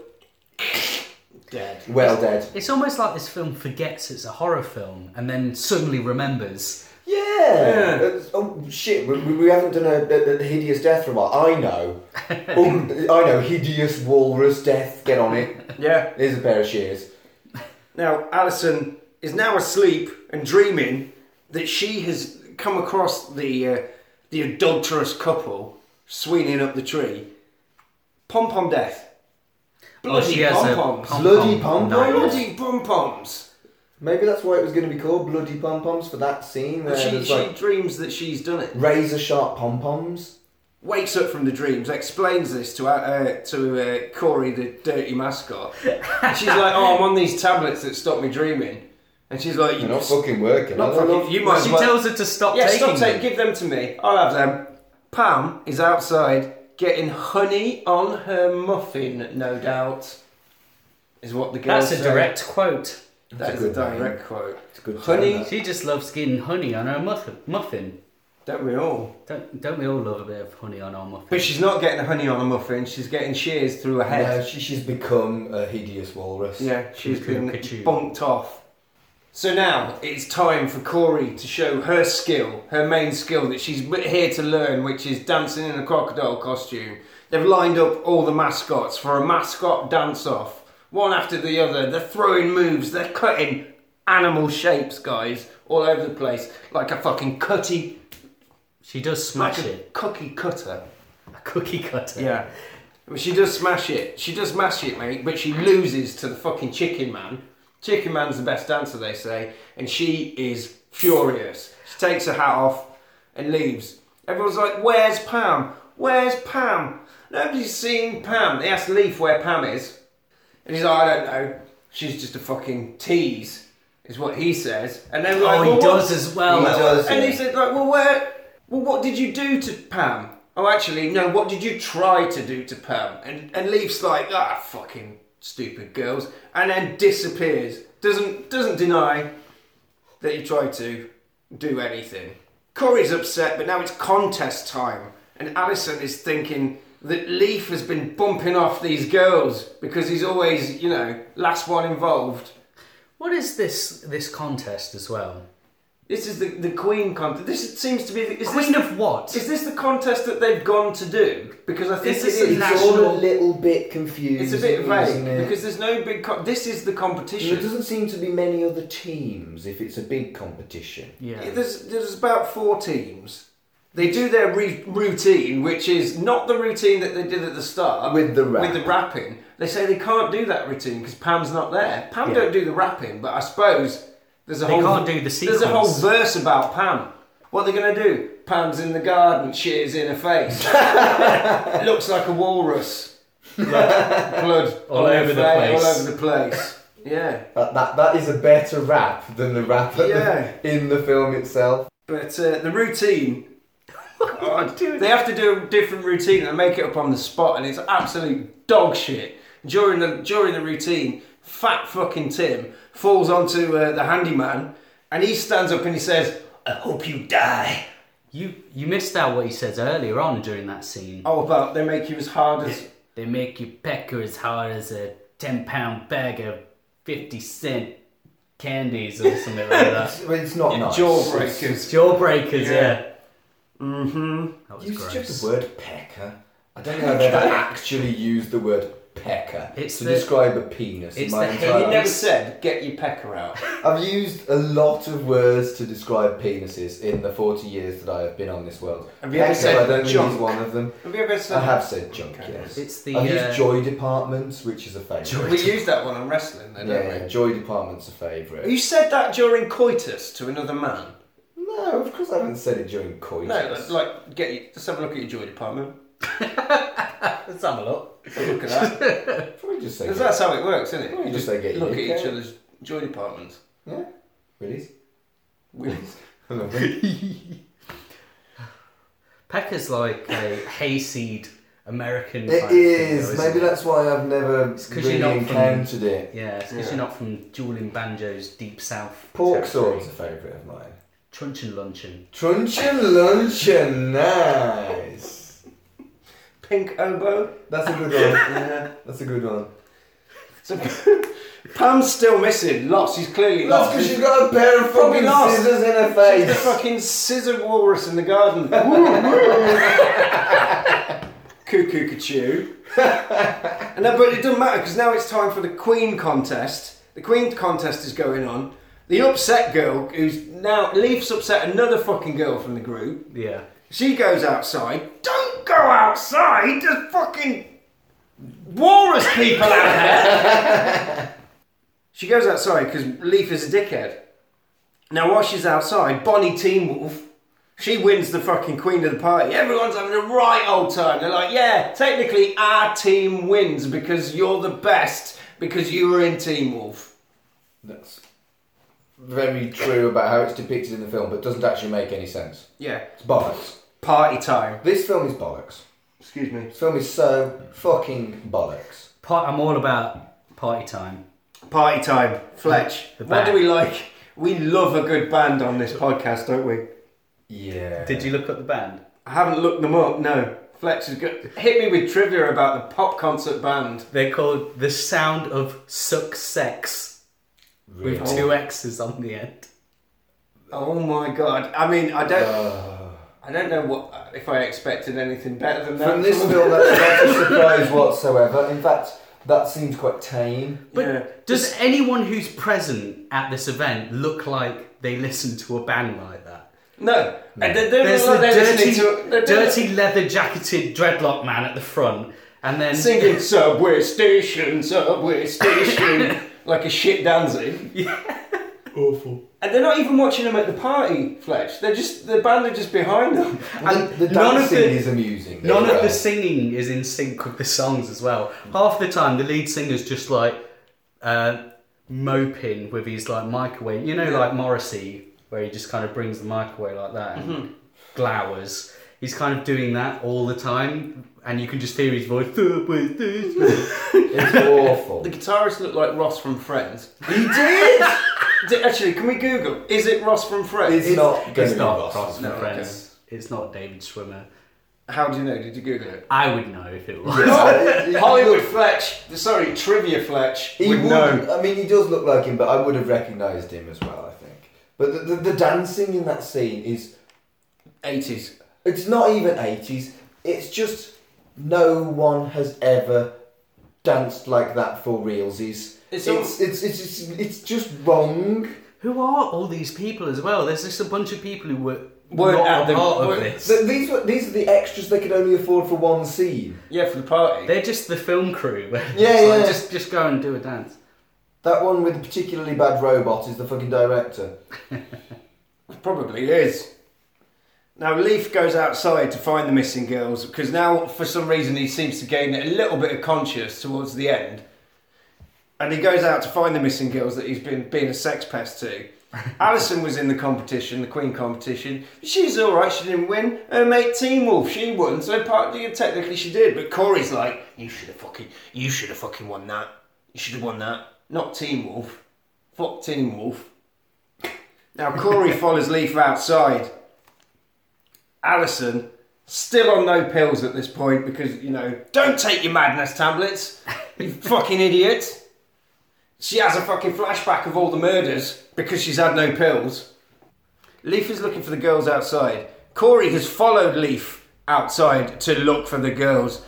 dead. Well dead. It's almost like this film forgets it's a horror film and then suddenly remembers. Yeah. It's- Oh shit! We, we we haven't done a, a, a hideous death for a while. I know. Um, I know. Hideous walrus death. Get on it. Yeah. Here's a pair of shears. Now, Alison is now asleep and dreaming that she has come across the uh, the adulterous couple sweeneying up the tree. Pom pom death. Bloody she has a pom poms. pom- Bloody pom no. poms. Bloody pom poms. Maybe that's why it was going to be called Bloody Pom Poms for that scene where She, there's she like dreams that she's done it. razor sharp pom poms. Wakes up from the dreams, explains this to uh, to uh, Corey, the dirty mascot. And she's like, "Oh, I'm on these tablets that stop me dreaming." And she's like, "You They're not fucking working. not I don't fucking- know. you might as She well." tells her to stop Yeah, taking stop them. taking. Give them to me. I'll have them. Pam is outside getting honey on her muffin, no doubt. Is what the girl That's a said. direct quote. That is a direct quote. It's a good honey. term, She just loves getting honey on her muffin. muffin. Don't we all? Don't, don't we all love a bit of honey on our muffin? But she's not getting honey on a muffin. She's getting shears through her No, head. she, she's become a hideous walrus. Yeah, she's She's been Pikachu. bonked off. So now it's time for Corey to show her skill, her main skill that she's here to learn, which is dancing in a crocodile costume. They've lined up all the mascots for a mascot dance off, one after the other. They're throwing moves, they're cutting animal shapes, guys, all over the place, like a fucking cutty, she does smash like a it. cookie cutter. A cookie cutter. Yeah. Well, She does smash it. She does smash it, mate, but she loses to the fucking Chicken Man. Chicken Man's the best dancer, they say, and she is furious. She takes her hat off and leaves. Everyone's like, Where's Pam? Where's Pam? Nobody's seen Pam. They ask Leaf where Pam is, and he's like, I don't know. She's just a fucking tease, is what he says. And then, like, well, Oh, he what- does as well. He does. and he yeah. said, like, well, where, well, what did you do to Pam? Oh, actually, no, what did you try to do to Pam? And, and Leaf's like, ah, fucking stupid girls, and then disappears. Doesn't, doesn't deny that he tried to do anything. Corey's upset, but now it's contest time, and Alison is thinking that Leaf has been bumping off these girls because he's always, you know, last one involved. What is this this contest as well? This is the, the Queen contest. This seems to be. The, is Queen this, of what? Is this the contest that they've gone to do? Because I think Is it this is. a It's all a National- little bit confused. It's a bit isn't vague it? because there's no big. Co- this is the there competition. doesn't seem to be many other teams if it's a big competition. Yeah. There's there's about four teams. They do their re- routine, which is not the routine that they did at the start With the rap. With the rapping, they say they can't do that routine because Pam's not there. Pam don't do the rapping, but I suppose there's a They whole can't do the there's a whole sequence. verse about Pam. What are they gonna do? Pam's in the garden, shears in her face. Looks like a walrus. Blood All on her over the face, place. All over the place. Yeah. That, that, that is a better rap than the rap at the- Yeah. in the film itself. But uh, the routine. God, they have to do a different routine and make it up on the spot, and it's absolute dog shit. During the during the routine, fat fucking Tim falls onto uh, the handyman, and he stands up and he says, "I hope you die." You you missed out what he says earlier on during that scene. Oh, about they make you as hard as They make you pecker as hard as a ten pound bag of fifty cent candies or something like that. Well, it's not nice. jawbreakers. Jawbreakers, yeah. Mm-hmm. That was You used gross. just the word pecker. I don't think I've ever actually used the word pecker It's to the- describe a penis in it's my the entire You head- never said get your pecker out. I've used a lot of words to describe penises in the 40 years that I have been on this world. Have you ever Pecker, said I don't think junk? is one of them. Have you ever said? I have said junk, yes. It's the, I've uh, used joy departments, which is a favourite. We use that one on wrestling, then, Yeah, don't yeah, we? joy department's a favourite. You said that during coitus to another man. No, of course I haven't said it during coitus. No, like get you. Just have a look at your joy department. Let's have a look. Look at that. Probably just say Because that's how it works, isn't it? You just say get your look at dick each out. other's joy departments. Yeah, release. Willies. Mm. Pecker's like a hayseed American. It kind of thing, is. though, isn't Maybe it? that's why I've never 'cause really you're not from- encountered it. Yeah, it's because you're not from Dueling Banjo's Deep South. Pork territory. sword's a favourite of mine. Trunch and Luncheon. Truncheon luncheon, nice. Pink oboe. That's a good one. yeah, that's a good one. So, Pam's still missing. Lots. He's clearly That's lost. because she's got a pair of Probably fucking not. scissors in her He's the face. fucking scissor walrus in the garden. Cuckoo cachoo. and then, but it doesn't matter because now it's time for the Queen contest. The Queen contest is going on. The upset girl, who's now Leaf's upset another fucking girl from the group. Yeah. She goes outside. Don't go outside! There's fucking walrus people out there! she goes outside because Leaf is a dickhead. Now, while she's outside, Bonnie Teen Wolf, she wins the fucking queen of the party. Everyone's having a right old time. They're like, yeah, technically our team wins because you're the best because you were in Teen Wolf. That's very true about how it's depicted in the film, but doesn't actually make any sense. Yeah. It's bollocks. Party time. This film is bollocks. Excuse me. This film is so fucking bollocks. Part, I'm all about party time. Party time, Fletch. The What do band. we like? We love a good band on this podcast, don't we? Yeah. Did you look at the band? I haven't looked them up. No, Fletch has got hit me with trivia about the pop concert band. They're called The Sound of Success. With two X's on the end. Oh my god! I mean, I don't, Uh. I don't know what if I expected anything better than that From this a- film, that's not a surprise whatsoever. In fact, that seems quite tame. But Yeah. does anyone who's present at this event look like they listen to a band like that? No, and they don't There's look the like they're dirty, listening to they're dirty leather jacketed dreadlock man at the front, and then singing "Subway Station, Subway Station" like a shit dancing. Yeah. Awful. And they're not even watching them at the party, Fletch. They're just the band are just behind them. and The none of dancing the- is amusing. None as of the well. singing is in sync with the songs as well. Half the time, the lead singer's just like uh, moping with his like microwave. You know, like Morrissey, where he just kind of brings the microwave like that and Mm-hmm. glowers. He's kind of doing that all the time, and you can just hear his voice. "Third with this." It's awful. The guitarist looked like Ross from Friends. he did! D- Actually, can we Google? Is it Ross from Friends? It's, not going it's to be not Ross. Ross from No, Friends. It's not David Schwimmer. How do you know? Did you Google it? I would know if it was. Hollywood Fletch. Sorry, trivia Fletch. He would would. I mean, he does look like him, but I would have recognised him as well. I think But the, the, the dancing in that scene is 80s. it's not even 80s. It's just no one has ever danced like that for realsies. It's It's all- it's, it's, it's, just- it's just wrong. Who are all these people as well? There's just a bunch of people who were Weren't not at the- a part of weren't- this. Th- these were these are the extras they could only afford for one scene. Yeah, for the party. They're just the film crew. yeah, Yeah, yeah. Just, just go and do a dance. That one with the particularly bad robot is the fucking director. Probably is. Now Leaf goes outside to find the missing girls because now, for some reason, he seems to gain a little bit of conscience towards the end. And he goes out to find the missing girls that he's been being a sex pest to. Alison was in the competition, the Queen competition. She's all right. She didn't win. Her mate Team Wolf, she won. So partly, technically, she did. But Corey's like, you should have fucking, you should have fucking won that. You should have won that. Not Team Wolf. Fuck Team Wolf. Now Corey follows Leaf outside. Allison, still on no pills at this point because, you know, don't take your madness tablets, you fucking idiot. She has a fucking flashback of all the murders because she's had no pills. Leaf is looking for the girls outside. Corey has followed Leaf outside to look for the girls.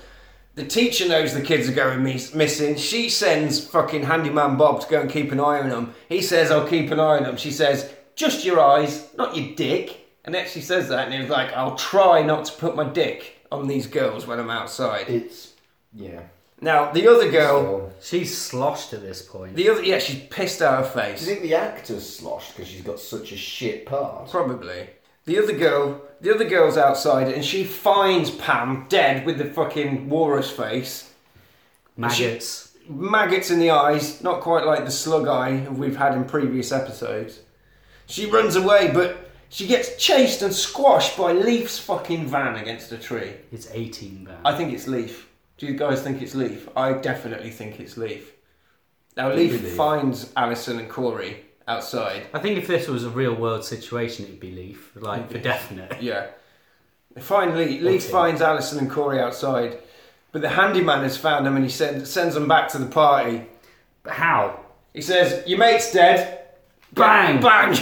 The teacher knows the kids are going mis- missing. She sends fucking handyman Bob to go and keep an eye on them. He says, I'll keep an eye on them. She says, just your eyes, not your dick. And then she says that, and he was like, I'll try not to put my dick on these girls when I'm outside. It's yeah. Now, the other girl, So, She's sloshed at this point. the other, yeah, she's pissed out of do face. you think the actor's sloshed because she's got such a shit part? Probably. The other girl, the other girl's outside, and she finds Pam dead with the fucking walrus face. Maggots. maggots in the eyes, not quite like the slug eye we've had in previous episodes. She runs away, but she gets chased and squashed by Leaf's fucking van against a tree. It's 18 then. I think it's Leaf. Do you guys think it's Leaf? I definitely think it's Leaf. Now, Leaf finds Alison and Corey outside. I think if this was a real world situation, it'd be Leaf, like for definite. Yeah. Finally, Leaf Okay. finds Alison and Corey outside, but the handyman has found them and he send, sends them back to the party. But how? He says, Your mate's dead. Bang! Bang!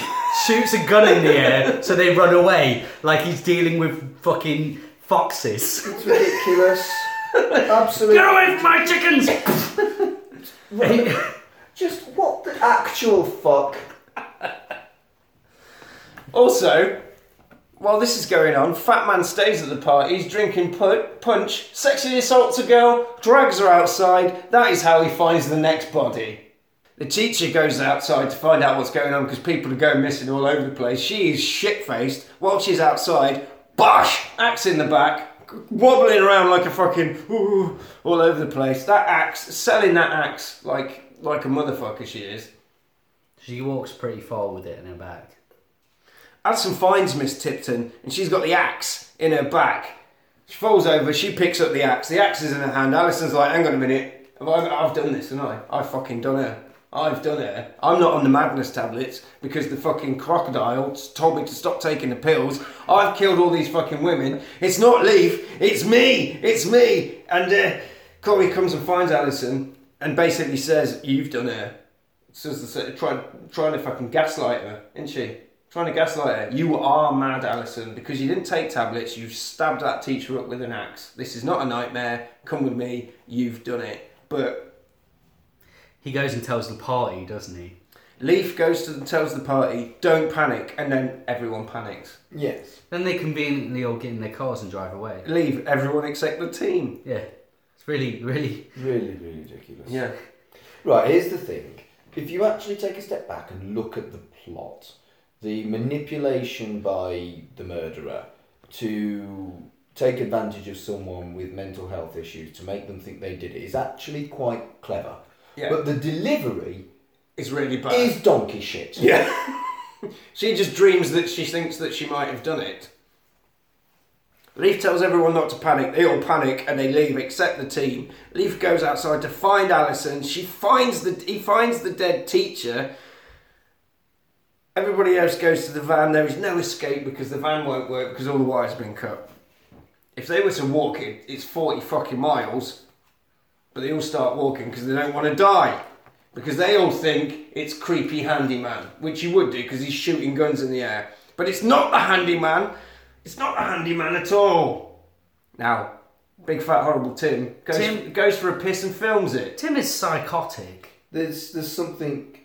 Shoots a gun in the air, so they run away like he's dealing with fucking foxes. It's ridiculous. Absolutely. Get away from my chickens! Just what the actual fuck? Also, while this is going on, Fat Man stays at the party. He's drinking put, punch, sexually assaults a girl, drags her outside. That is how he finds the next body. The teacher goes outside to find out what's going on because people are going missing all over the place. She is shit faced while she's outside. Bosh! Axe in the back, wobbling around like a fucking ooh, all over the place. That axe, selling that axe like like a motherfucker she is. She walks pretty far with it in her back. Alison finds Miss Tipton and she's got the axe in her back. She falls over, she picks up the axe. The axe is in her hand. Alison's like, hang on a minute. Have I, I've done this, haven't I? I've fucking done her. I've done her. I'm not on the madness tablets because the fucking crocodile told me to stop taking the pills. I've killed all these fucking women. It's not Leaf, it's me, it's me. And uh, Corey comes and finds Alison and basically says, You've done her. Says the se- try, trying to fucking gaslight her, isn't she? Trying to gaslight her. You are mad, Alison, because you didn't take tablets. You stabbed that teacher up with an axe. This is not a nightmare. Come with me. You've done it. But He goes and tells the party, doesn't he? Leaf goes to tells the party, "Don't panic," and then everyone panics. Yes. Then they conveniently all get in their cars and drive away. Leave everyone except the team. Yeah. It's really, really. Really, really ridiculous. Yeah. Right, here's the thing. If you actually take a step back and look at the plot, the manipulation by the murderer to take advantage of someone with mental health issues to make them think they did it is actually quite clever. Yeah. But the delivery It's really bad. is donkey shit. Yeah. she just dreams that she thinks that she might have done it. Leaf tells everyone not to panic. They all panic and they leave, except the team. Leaf goes outside to find Alison. She finds the he finds the dead teacher. Everybody else goes to the van. There is no escape because the van won't work because all the wires have been cut. If they were to walk it, it's forty fucking miles. But they all start walking because they don't want to die. because they all think it's creepy handyman, which you would do because he's shooting guns in the air. But it's not the handyman. It's not the handyman at all. Now, big fat horrible Tim goes, Tim- goes for a piss and films it. Tim is psychotic. There's there's something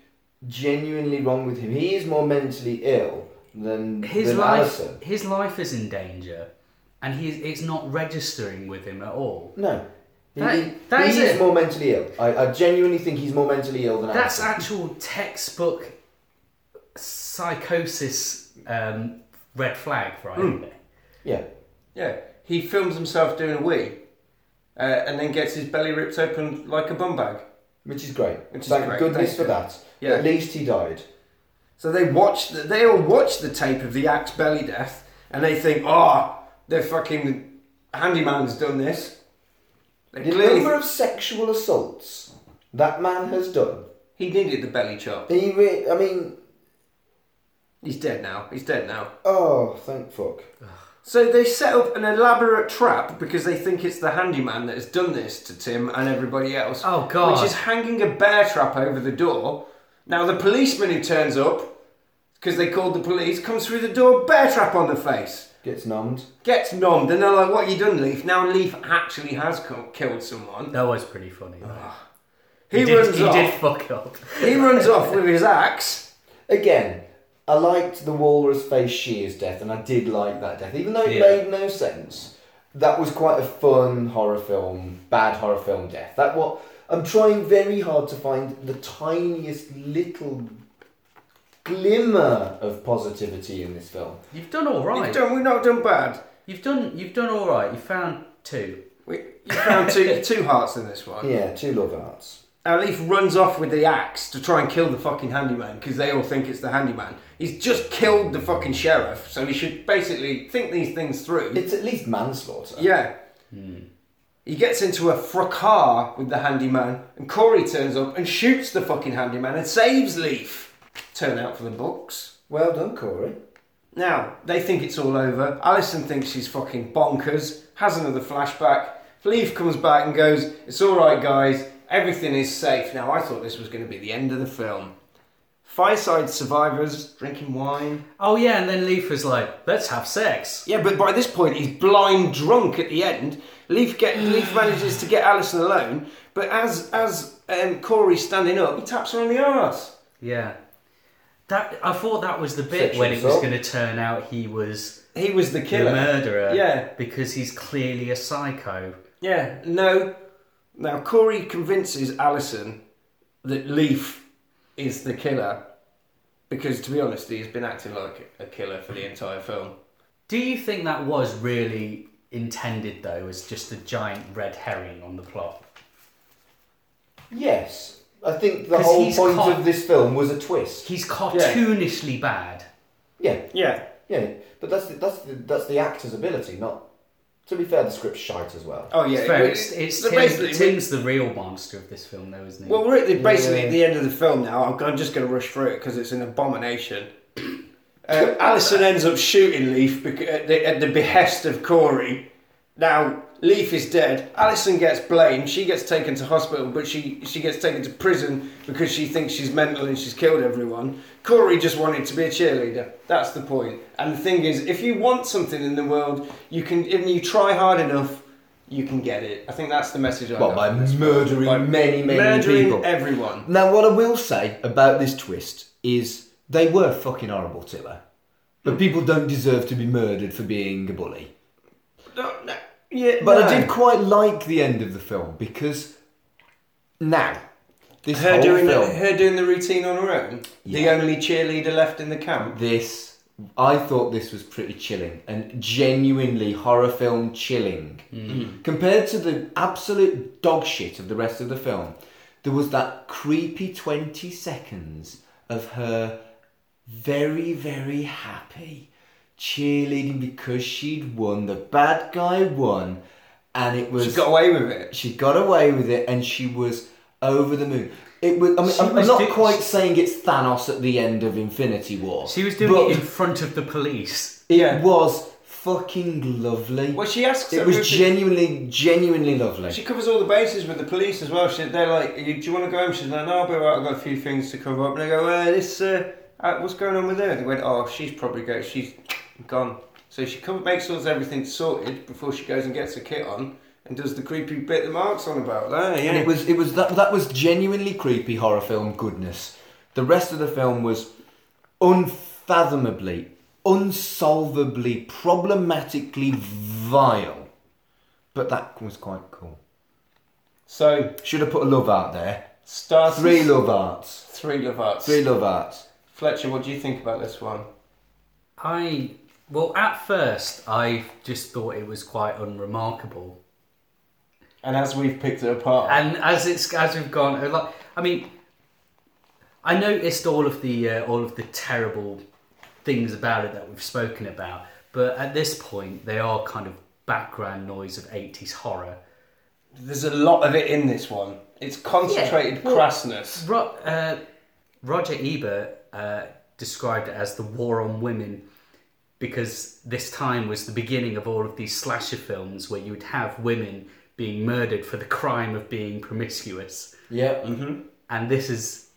genuinely wrong with him. He is more mentally ill than His than life, Alison. his life is in danger, and he's it's not registering with him at all. No. He- That- he- that he is is, it. more mentally ill. I, I genuinely think he's more mentally ill than That's Alison. actual textbook psychosis um, red flag for him. Hmm. yeah. Yeah, he films himself doing a wee, uh, and then gets his belly ripped open like a bum bag. Which is great. Which is Thank great, thank goodness for you. that. Yeah. At least he died. So they watch, the, they all watch the tape of the axe belly death, and they think, oh, the fucking handyman's done this. They The clearly, number of sexual assaults that man has done. he needed the belly chop. He re- I mean, He's dead now. He's dead now. oh, thank fuck. So they set up an elaborate trap because they think it's the handyman that has done this to Tim and everybody else. Oh, God. Which is hanging a bear trap over the door. Now the policeman who turns up because they called the police comes through the door, bear trap on the face. Gets numbed. gets nommed and they're like, what you done, Leaf? Now Leaf actually has co- killed someone. That was pretty funny. though. Ah. He, he runs did, he off. did fuck up. He runs off with his axe. Again, I liked the walrus face shears death, and I did like that death, even though it Yeah. made no sense. That was quite a fun horror film, bad horror film death. That what I'm trying very hard to find the tiniest little glimmer of positivity in this film. You've done all right. We've done, we've not done bad. You've done you've done all right. You found two. We, you found two, two hearts in this one. Yeah, two love hearts. Now Leaf runs off with the axe to try and kill the fucking handyman because they all think it's the handyman. He's just killed the fucking sheriff, so he should basically think these things through. It's at least manslaughter. Yeah. He gets into a fracas with the handyman, and Corey turns up and shoots the fucking handyman and saves Leaf. Turn out for the books. Well done, Corey. Now, they think it's all over. Alison thinks she's fucking bonkers, has another flashback. Leaf comes back and goes, It's alright, guys, everything is safe. Now, I thought this was going to be the end of the film. Fireside survivors drinking wine. Oh yeah, and then Leaf was like, "Let's have sex." Yeah, but by this point he's blind drunk at the end. Leaf get Leaf manages to get Alison alone, but as as um, Corey's standing up, he taps her on the arse. Yeah. That I thought that was the bit Sexual when it was assault. going to turn out he was He was the the killer. murderer. Yeah, Because he's clearly a psycho. yeah. No, now Corey convinces Alison that Leaf is the killer because, to be honest, he's been acting like a killer for the entire film. Do you think that was really intended though, as just a giant red herring on the plot? Yes. I think the 'Cause whole he's point caught- of this film was a twist. He's cartoonishly bad. Yeah, Yeah, yeah. But that's the, that's the, that's the actor's ability, not. To be fair, the script's shite as well. Oh yeah, It's fair. we- It's, it's so Tim- basically we- Tim's the real monster of this film, though, isn't he? Well, we're at the, basically Yeah. at the end of the film now. I'm, I'm just going to rush through it because it's an abomination. Uh, Alison ends up shooting Leaf bec- at, the, at the behest of Corey. Now Leaf is dead. Alison gets blamed. She gets taken to hospital, but she she gets taken to prison because she thinks she's mental and she's killed everyone. Corey just wanted to be a cheerleader. That's the point. And the thing is, if you want something in the world, you can. If you try hard enough, you can get it. I think that's the message. I Well, got by from this film. murdering By many, many murdering people. everyone. Now, what I will say about this twist is they were fucking horrible to her. But people don't deserve to be murdered for being a bully. No, no, yeah, But I no. did quite like the end of the film because now this Her whole doing film, the, her doing the routine on her own. The only cheerleader left in the camp. this I thought this was pretty chilling and genuinely horror film chilling Mm-hmm. compared to the absolute dog shit of the rest of the film. There was that creepy 20 seconds of her very, very happy cheerleading because she'd won, the bad guy won, and it was She got away with it. she got away with it and she was over the moon. It was. I mean, She I'm, I'm was not do- quite saying it's Thanos at the end of Infinity War. she was doing but it in front of the police. it was fucking lovely. Well, she asks It her was if she- genuinely, genuinely lovely. She covers all the bases with the police as well. She, they're like, "You- "Do you want to go home?" She's like, "No, I'll be alright. I've got a few things to cover up." And they go, uh, "This, uh, uh, what's going on with her?" They went, "Oh, she's probably go. She's gone." So she cover, makes sure everything's sorted before she goes and gets her kit on and does the creepy bit the marks on about there. Yeah, And it was it was that that was genuinely creepy horror film goodness. The rest of the film was unfathomably, unsolvably, problematically vile. But that was quite cool. So Should have put a love art there. stars Three love arts. three love arts. Three love arts. Fletcher, what do you think about this one? I well, at first, I just thought it was quite unremarkable, And as we've picked it apart, Uh, and as it's as we've gone, a lot- I mean, I noticed all of the uh, all of the terrible things about it that we've spoken about, but at this point, they are kind of background noise of eighties horror. there's a lot of it in this one. It's concentrated well- crassness. Ro- uh, Roger Ebert uh, described it as the war on women because this time was the beginning of all of these slasher films where you would have women being murdered for the crime of being promiscuous, Yep. and this is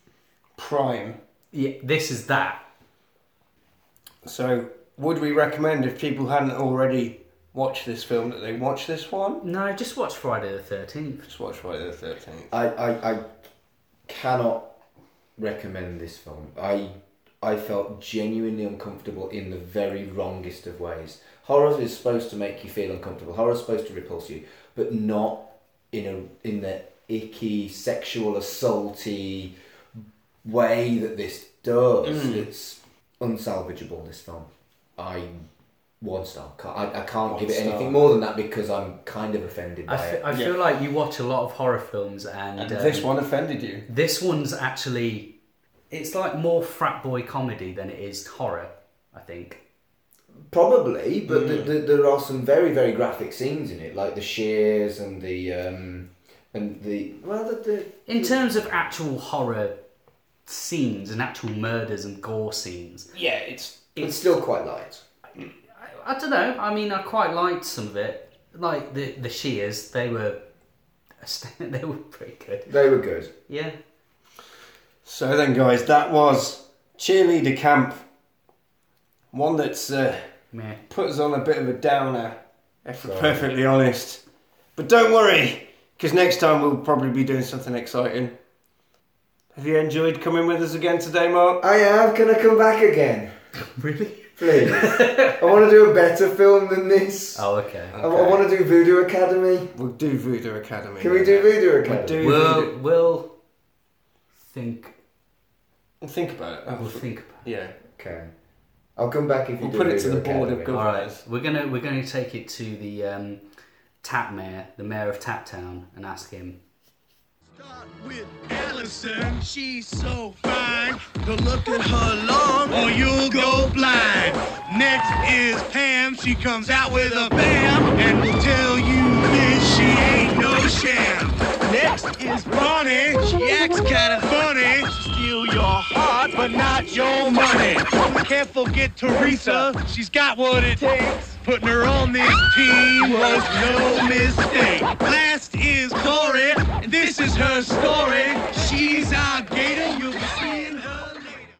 Prime. yeah, this is that. So, would we recommend if people hadn't already watched this film that they watch this Mm. one? No, just watch Friday the Thirteenth. Just watch Friday the Thirteenth. I, I I cannot recommend this film. I I felt genuinely uncomfortable in the very wrongest of ways. Horror is supposed to make you feel uncomfortable. Horror is supposed to repulse you, but not in a in the icky sexual assaulty way that this does. It's unsalvageable. This film, I one star. Ca- I, I can't give it star. anything more than that because I'm kind of offended by I fe- it. I feel like you watch a lot of horror films, and, And um, this one offended you. this one's actually it's like more frat boy comedy than it is horror. I think. Probably, but Mm. th th there are some very very graphic scenes in it, like the shears and the um, and the well the, the In terms of actual horror scenes and actual murders and gore scenes, Yeah, it's it's still quite light. I, I don't know. I mean, I quite liked some of it, like the the shears. They were they were pretty good. They were good. Yeah, so. Then, guys, that was Cheerleader Camp. One that's uh, meh. put us on a bit of a downer, if we're perfectly honest. But don't worry, because next time we'll probably be doing something exciting. Have you enjoyed coming with us again today, Mark? I am. Can I come back again, Really? please? I want to do a better film than this. Oh, okay. I, want to do Voodoo Academy. We'll do Voodoo Academy. Can we do Voodoo Academy? do Voodoo. We'll we'll think Think about it. Oh, we'll f- think about. yeah. Okay. I'll come back if you We'll do put it to Voodoo the board of Academy. It. governors. All right, we're gonna we're gonna take it to the um, Tap Mayor, the Mayor of Tap Town, and ask him. Start with Allison. She's so fine. Don't look at her long or you'll go blind. Next is Pam. She comes out with a bam and will tell you this. She ain't no sham. Next is Bonnie. She acts kinda funny. Steal your heart, but not your money. Can't forget Teresa. She's got what it takes. Putting her on this team was no mistake. Last is Corey, and this is her story. She's